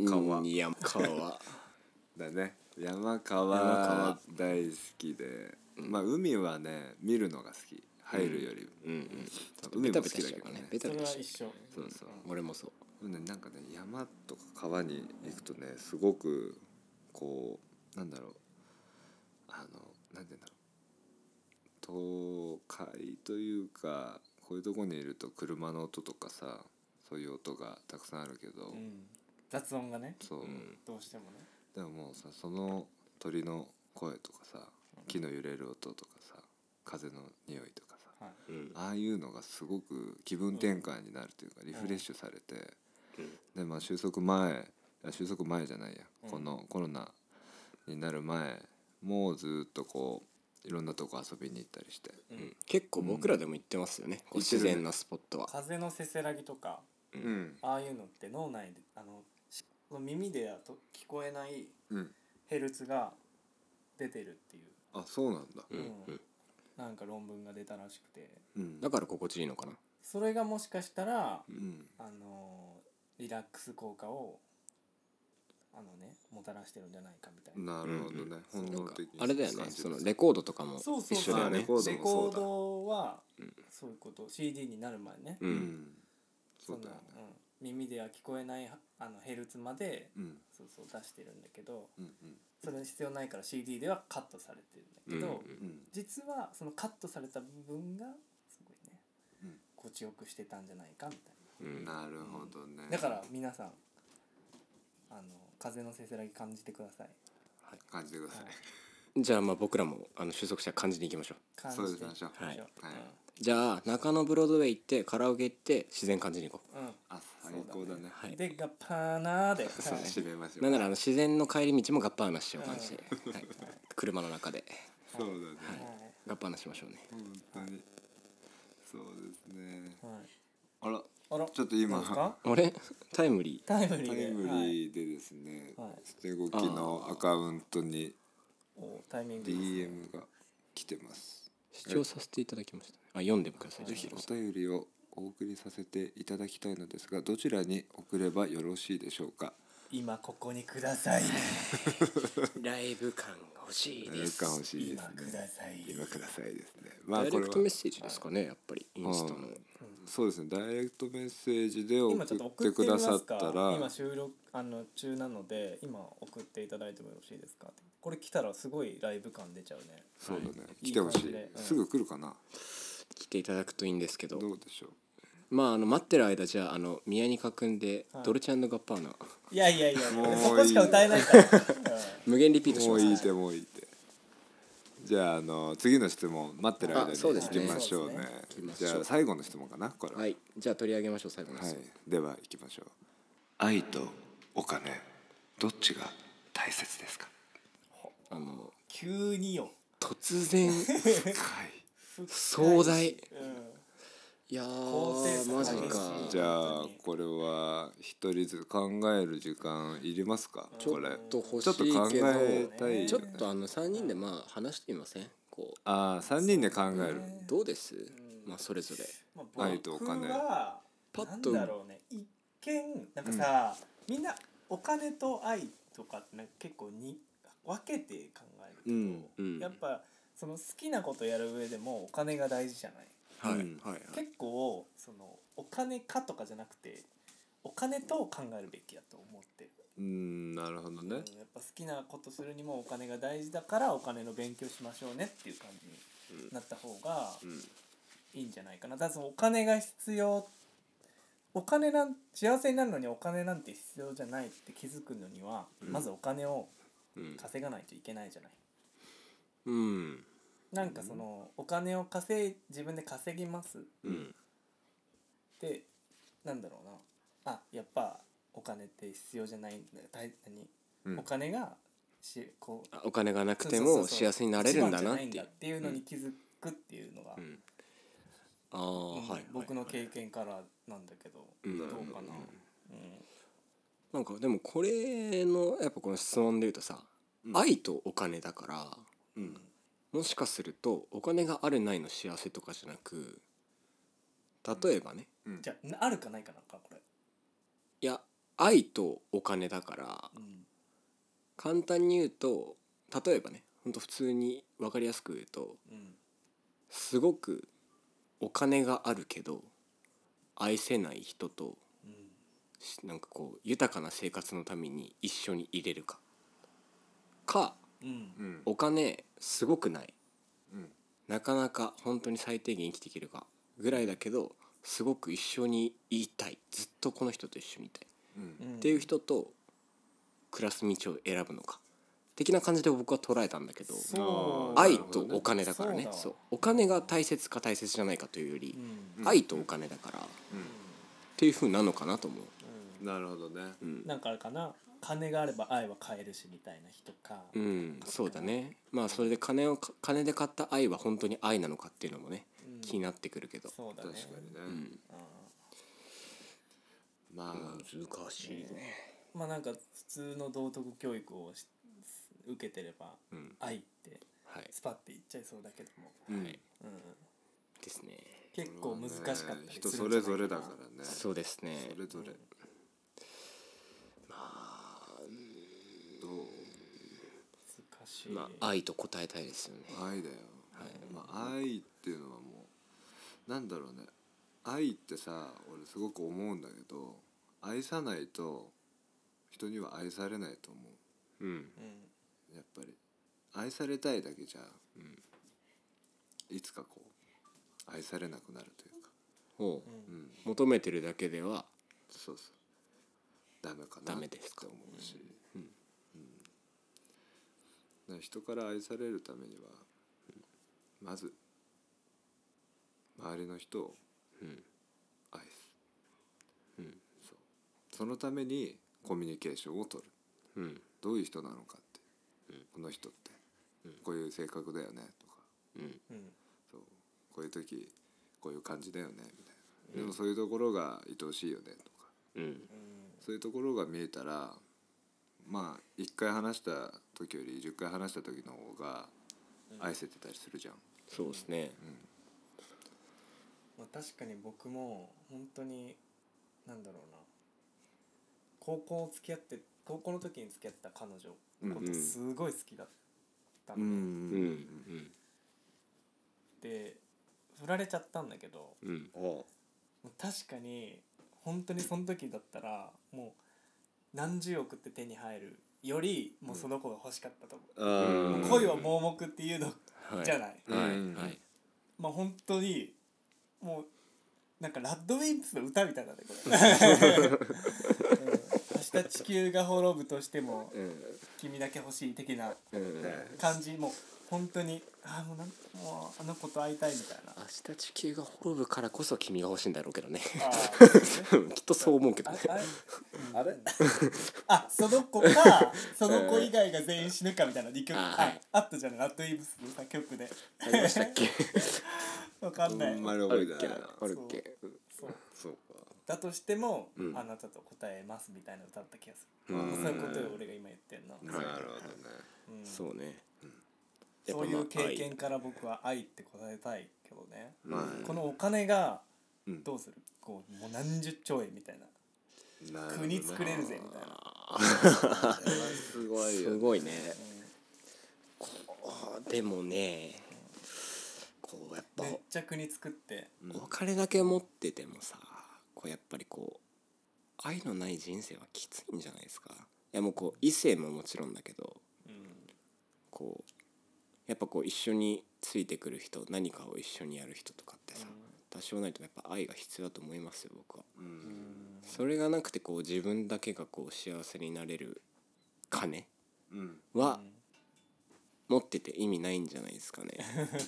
川うんいや川はだね山山川川大好きで、まあ海はね見るのが好き入るより、うんうん海 ベも好タベタきしだちゃけうかどらねねベタそベれタはし一ちゃ緒うそうそう俺もそうでもねなんかね山とか川に行くとねすごくこうなんだろうあのなんて言うんだろう都会というかこういうとこにいると車の音とかさそういう音がたくさんあるけど、うん雑音がねそう、どうしてもねでももうさその鳥の声とかさ木の揺れる音とかさ風の匂いとかさはいああいうのがすごく気分転換になるというかリフレッシュされて、でまあ収束前あ収束前じゃないや、このコロナになる前もうずっとこういろんなとこ遊びに行ったりして、うん結構僕らでも行ってますよね、こう行って自るね然なスポットは風のせせらぎとかうんああいうのって脳内であのし耳ではと聞こえないうん、ヘルツが出てるっていう、あそうなんだ、うんうんなんか論文が出たらしくてうんだから心地いいのかなそれがもしかしたら、うん、あのリラックス効果をあのねもたらしてるんじゃないかみたいな、なるほどね、本なん能か的にあれだよね感じそるのレコードとかもそうそう一緒そうだよレねコードレもそコうーだドはそういうこと、CD になる前ね、ううんんそそのうだよねうん、耳では聞こえないあのヘルツまで、うんそうそう出してるんだけどうんうんそれ必要ないから CD ではカットされてるんだけど、うんうんうん実はそのカットされた部分がすごいね、うん心地よくしてたんじゃないかみたいうんなるほどねなだから皆さんあの風のせせらぎ感じてください感じてください、じゃあまあ僕らもあの収束した感じに行きましょう感じ そうてしましょうはいはいじゃあ中野ブロードウェイ行ってカラオケ行って自然感じに行こうんうんあ最高だねうはいでガッパーナー で、はい締めましょうなんならあの自然の帰り道もガッパーナしよう感じ で、はい、車の中でそうだね、はいガッパーナしましょうね本当にそうですねはいあらあらちょっとど今うですかあれタイムリタイムリターでイムリーでですね、はい捨てゴキのアカウントにはい、おタイミングいいですね DM が来てますー視聴させていただきました、あ読んでもくださいぜひお便りをお送りさせていただきたいのですがどちらに送ればよろしいでしょうか今ここにくださいライブ感欲しいメールか欲しいで今すください今くださいですねまダあイこレれクはトメッセージですかねやっぱりインスタの、そうですねダイレクトメッセージで送今ちょっとっ送っててくみだますさっかたら今収録あの中なので今送っていただいてもよろしいですかこれ来たらすごいライブ感出ちゃうねそうだね、い来てほしいいい感じでうんすぐ来るかな来ていただくといいんですけどどうでしょうまああの待ってる間じゃああの宮にかくんで、ドルチェガッパーナいやいやいやもういいそこしか歌えない から、無限リピートしもまうすいいってもういいってじゃああの次の質問待ってる間にあそうです行きねましょうねそうですじねゃあ最後の質問かなこれははいじゃあ取り上げましょう最後の、はい、では行きましょう愛とお金どっちが大切ですかあの急によ、突然はい壮大いうん、や高低ー差マジ激しかいじゃあ本当にこれは一人ずつ考える時間いりますかちょこっれと欲ちょっとしい考けどえたいよねちょっとあの3人でまあ話してみませんこうああ3人で考えるどうです、まあそれぞれまあ、愛とお僕金はパッとなんだろうね一見なんかさ、みんなお金と愛とかってなんか結構に分けて考えるけど、うんやっぱその好きなことやる上でもお金が大事じゃないはいはい結構そのお金かとかじゃなくてお金と考えるべきやと思ってる、うんなるほどうん、ねやっぱ好きなことするにもお金が大事だからお金の勉強しましょうねっていう感じになった方がいいんじゃないかなただそのお金が必要お金なん幸せになるのにお金なんて必要じゃないって気づくのには、まずお金をうん稼がないといけないじゃない。うんなんかそのお金を稼い自分で稼ぎますうんでなんだろうなあやっぱお金って必要じゃないんだよ大何、うんお金がしこうお金がなくてそうそうもそうそう幸せになれるんだなっ一番じていゃいんだうっていうのに気づくっていうのが、んあうんあはいはい僕の経験からなんだけど、んどうかな、うんなんかでもこれのやっぱこの質問で言うとさ、愛とお金だから、もしかするとお金があるないの幸せとかじゃなく例えばね、じゃああるかないかなんかこれ、いや愛とお金だからうん簡単に言うと例えばねほんと普通に分かりやすく言うとうん、すごくお金があるけど愛せない人としなんかこう豊かな生活のために一緒に入れるかかうんうんうんお金すごくないうんなかなか本当に最低限生きていけるかぐらいだけどすごく一緒にいたいずっとこの人と一緒にいたい、うんうん、っていう人と暮らす道を選ぶのか的な感じで僕は捉えたんだけどそう愛とお金だからそねうだわそうお金が大切か大切じゃないかというよりう、ん愛とお金だから、っていう風なのかなと思うなるほどねうん、なんかあれかな金があれば愛は買えるしみたいな人か、うんそうだねまあそれで金をか金で買った愛は本当に愛なのかっていうのもね、うん気になってくるけどそうだ確ねかにねまあ難しいねまあなんか普通の道徳教育をし受けてれば、うん愛ってはい、スパッていっちゃいそうだけども、うんうん、ですね結構難しかったりする人んじゃそないれぞれだからねそそうですねれぞれ難しい、まあ愛と答えたいですよね愛だよ、まあ、愛っていうのはもうなんだろうね愛ってさ俺すごく思うんだけど愛さないと人には愛されないと思うんうんうやっぱり愛されたいだけじゃ、いつかこう愛されなくなるというかほう、ん求めてるだけではそうそうダメかなダメですかって思うし、うんだから人から愛されるためには、まず周りの人を愛す、そうそのためにコミュニケーションを取るうんどういう人なのかって、この人って、こういう性格だよねとかうんそうこういう時こういう感じだよねみたいな、でもそういうところが愛おしいよねとかうんそういうところが見えたらまあ1回話した時より10回話した時の方が愛せてたりするじゃん。そうですねまあ、確かに僕も本当になんだろうな高校付き合って高校の時に付き合ってた彼女のことすごい好きだったので、うんんで振られちゃったんだけど、うんうんもう確かに本当にその時だったらもう何十億って手に入るよりもうその子が欲しかったと思あーう、恋は盲目っていうのはいじゃない、はいうんはいまあ本当にもうなんかラッドウィンプスの歌みたいだねこれ、うん明日地球が滅ぶとしても君だけ欲しい的な感じもう本当にあーもうなんもうあの子と会いたいみたいな明日地球が滅ぶからこそ君が欲しいんだろうけどねあーきっと そう思うけどあねあれあれあその子かその子以外が全員死ぬかみたいな2曲ああーはいあったじゃないラッドウィンプスのさ曲でありましたっけわかんない、あんまりあ覚えるってけないな あるっけそうそうかだとしても、うんあなたと答えますみたいな歌だった気がする、うんそういうことを俺が今言ってんの、なるほどねうんそそうねういう経やっ験から僕は愛って答えたいけどね、まこのお金がうんどうするこうもう何十兆円みたいなあなるほどね国作れるぜみたいなすごぱ愛いすよごいねこうでもねこうやっぱめっちゃ国作ってうんお金だけ持っててもさこうやっぱりこう愛のない人生はきついんじゃないですかいやもうこう異性ももちろんだけどこうやっぱこう一緒についてくる人何かを一緒にやる人とかってさ多少ないとやっぱ愛が必要だと思いますよ僕は。うんそれがなくてこう自分だけがこう幸せになれる金うんは持ってて意味ないんじゃないで すかね。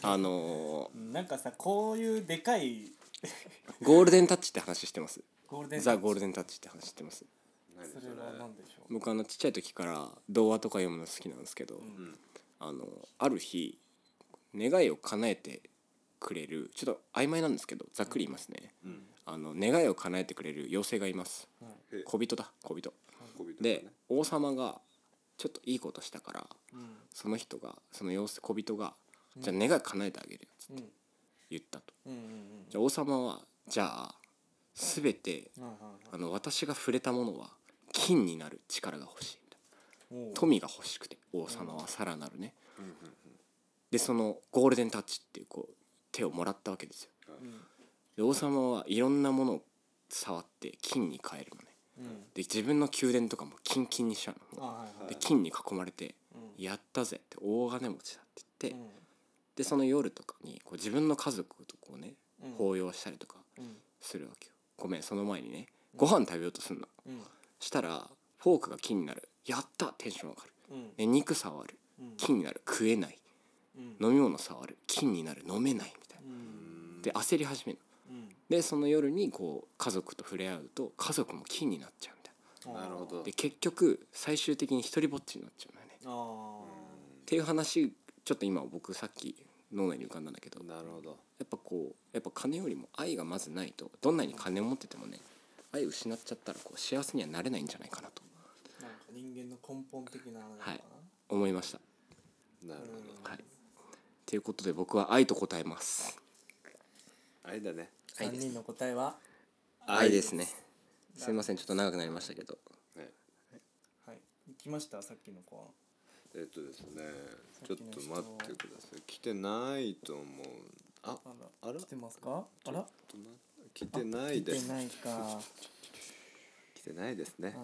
あのうんなんかさこういうでかいーゴールデンタッチって話してます。ゴールデンザ・ゴールデデンタッチって話してます。何それは何でしょう僕あのちっちゃい時から童話とか読むの好きなんですけど、んあのある日願いを叶えてくれるちょっと曖昧なんですけどざっくり言いますね、うんあの願いを叶えてくれる妖精がいます、へえ小人だ小人小人だねで王様がちょっといいことしたからうんその人がその妖精小人が「じゃあ願い叶えてあげるよ」つってうん言ったと、うんうんじゃあ王様は「じゃあ全てうんはいはいあの私が触れたものは金になる力が欲しい」みたいな。おう富が欲しくて王様はさらなるね、でそのゴールデンタッチっていうこう手をもらったわけですようんで王様はいろんなものを触って金に変えるのねうんで自分の宮殿とかも金ンキンにしちゃうあのもはいはういで金に囲まれてうん「やったぜ」って大金持ちだって言って、うでその夜とかにこう自分の家族とこうねんうん抱擁したりとかうんするわけよごめんその前にねご飯食べようとすんのうんしたらフォークが金になる「やった!」テンション上がるうんで肉触るうん金になる食えないうん飲み物触る菌になる飲めないみたいなうんで焦り始めるうんでその夜にこう家族と触れ合うと家族も菌になっちゃうみたいなるほなどで結局最終的に一人ぼっちになっちゃうんだよねあーっていう話ちょっと今僕さっき脳内に浮かんだんだけどやなるほどっぱこうやっぱ金よりも愛がまずないとどんなに金を持っててもね愛を失っちゃったらこう幸せにはなれないんじゃないかなとなんか人間の根本的なあれなのかはい思いました。なるほどはいということで僕は愛と答えます。愛だねな、3人の答えは愛ですね。すいませんちょっと長くなりましたけど。ねはい行きましたさっきの子はえっとですねちさょっきっとの待人ってください来てないと思うああらあら来てますかあらちょっと待って来てないで来すてないか来てないですねあ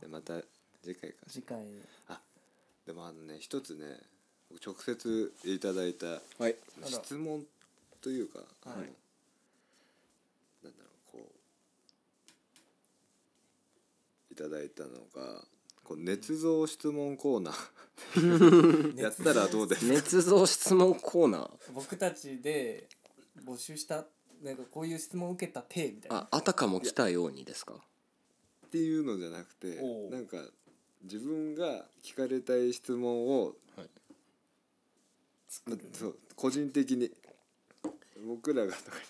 ーでまた次回か次回あでもあのね一つね僕直接いただいたはい。ら質問というか、あのはいなんだろうこういただいたのがこう捏造質問コーナーやったらどうですか捏造質問コーナー僕たちで募集したなんかこういう質問を受けた手みたいなああたかも来たようにですかっていうのじゃなくておうなんか自分が聞かれたい質問を、はいなそう個人的に僕らがとかじゃな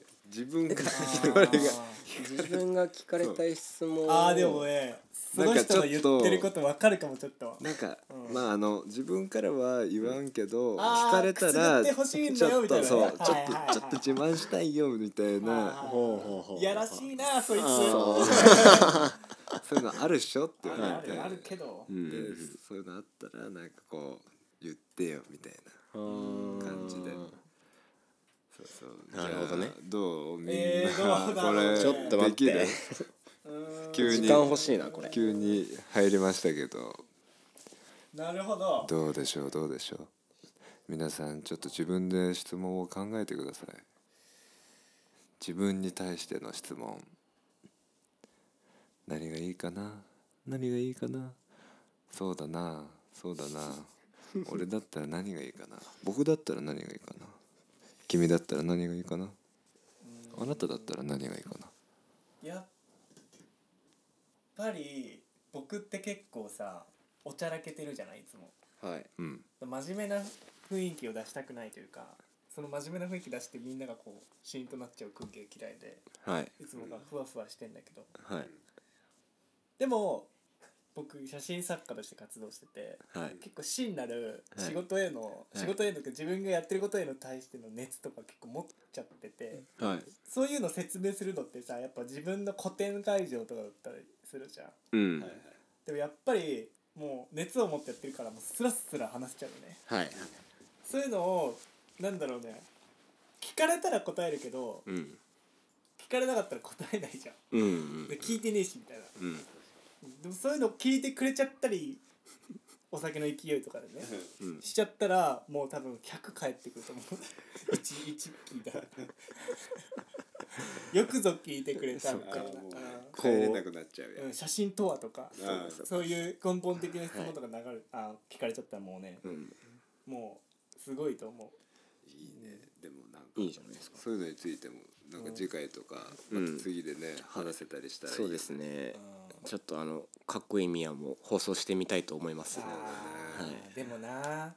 くて自分が聞かれが自分が聞かれたい質問あーでもねその人の言ってることわかるかもちょっとなんか、うんまああの自分からは言わんけど、あー聞かれたくすぐらってちょほっしいんだよみたいとなそう、はいちょっはいはいとちょっと自慢したいよみたいな、はいはいほうほうほういやらしいなそいつそういうのあるっしょって言わあれて、るあるけどうんでそういうのあったらなんかこう言ってよみたいな感じで。そうそうなるほどねじゃあどうみんな、えーどうだころうれちょっと待って できる急時に間欲しいなこれ急に入りましたけどなるほどどうでしょうどうでしょう皆さんちょっと自分で質問を考えてください自分に対しての質問何がいいかな何がいいかなそうだなそうだな俺だったら何がいいかな僕だったら何がいいかな君だったら何がいいかなあなただったら何がいいかなやっぱり僕って結構さおちゃらけてるじゃないいつもはいうん真面目な雰囲気を出したくないというかその真面目な雰囲気出してみんながこうシーンとなっちゃう空気が嫌いではいいつもがふわふわしてんだけどはいでも僕写真作家として活動しててはい結構真なるはい仕事への、い仕事へのって自分がやってることへの対しての熱とか結構持っちゃっててはいそういうの説明するのってさやっぱ自分の個展会場とかだったりするじゃんうんでもやっぱりもう熱を持ってやってるからもうスラスラ話しちゃうねはいそういうのをなんだろうね聞かれたら答えるけどうん聞かれなかったら答えないじゃんうんうんで聞いてねえしみたいなうんでもそういうのを聞いてくれちゃったりお酒の勢いとかでねうんしちゃったらもう多分100返ってくると思う 一一聞いたらよくぞ聞いてくれたみたいそなっかうんこうくなっちゃうやうん、写真とはとかああそういう根本的な質問とか流れ、あ聞かれちゃったらもうね、んもうすごいと思いいねでもなんかいいじゃないですかそういうのについてもなんか次回とか、うんまた次でね、話せたりしたらいいそうですねちょっとあのかっこいいミヤも放送してみたいと思いますう、ああでもな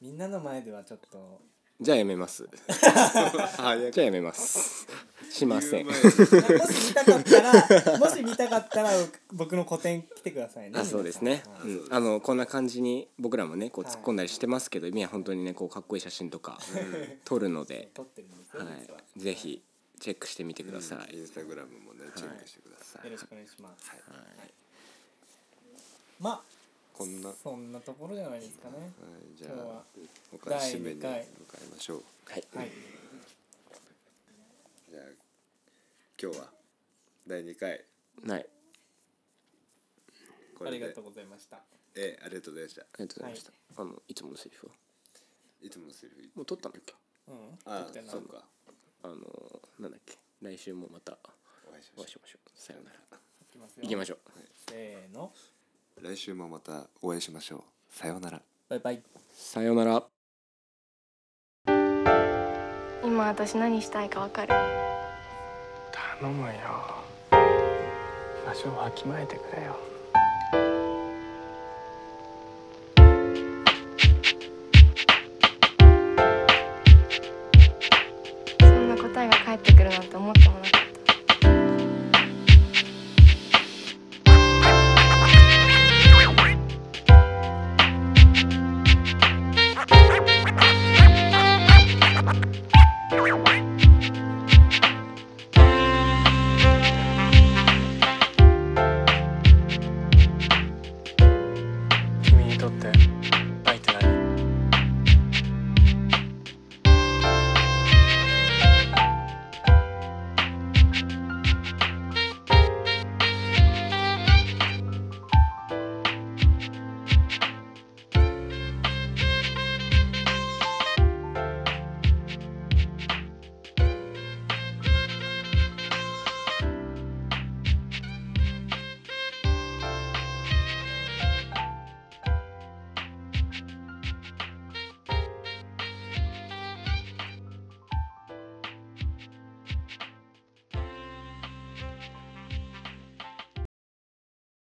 みんなの前ではちょっとじゃあやめます じゃあやめますしませ言んう前にいやもし見たかった らもし見たかったら僕の個展来てくださいねあそうですね皆、さうんん、あのこんな感じに僕らもねこうはい突っ込んだりしてますけど、ミヤ本当にねこうかっこいい写真とか撮るので、撮ってるんですよ、は、実はいぜひチェックしてみてください、インスタグラムもねチェックしてください、よろしくお願いします、まあこんな、はそんなところじゃないですかねい、じゃ今日あは他の締め第に二向か回いましょうはいはいじゃあ今日は第2回はい、こあれりでがとうございましたええありがとうございましたありがとうございました、あのいつものセリフはいつものセリフもう撮ったんだっけうんあ撮ってないそうかあのなんだっけ来週もまたお会いしおま会いししょましょうさようならいきますよ行きましょうせーのう来週もまたお会いしましょうさようならバイバイさようなら今私何したいかわかる頼むよ場所をわきまえてくれよ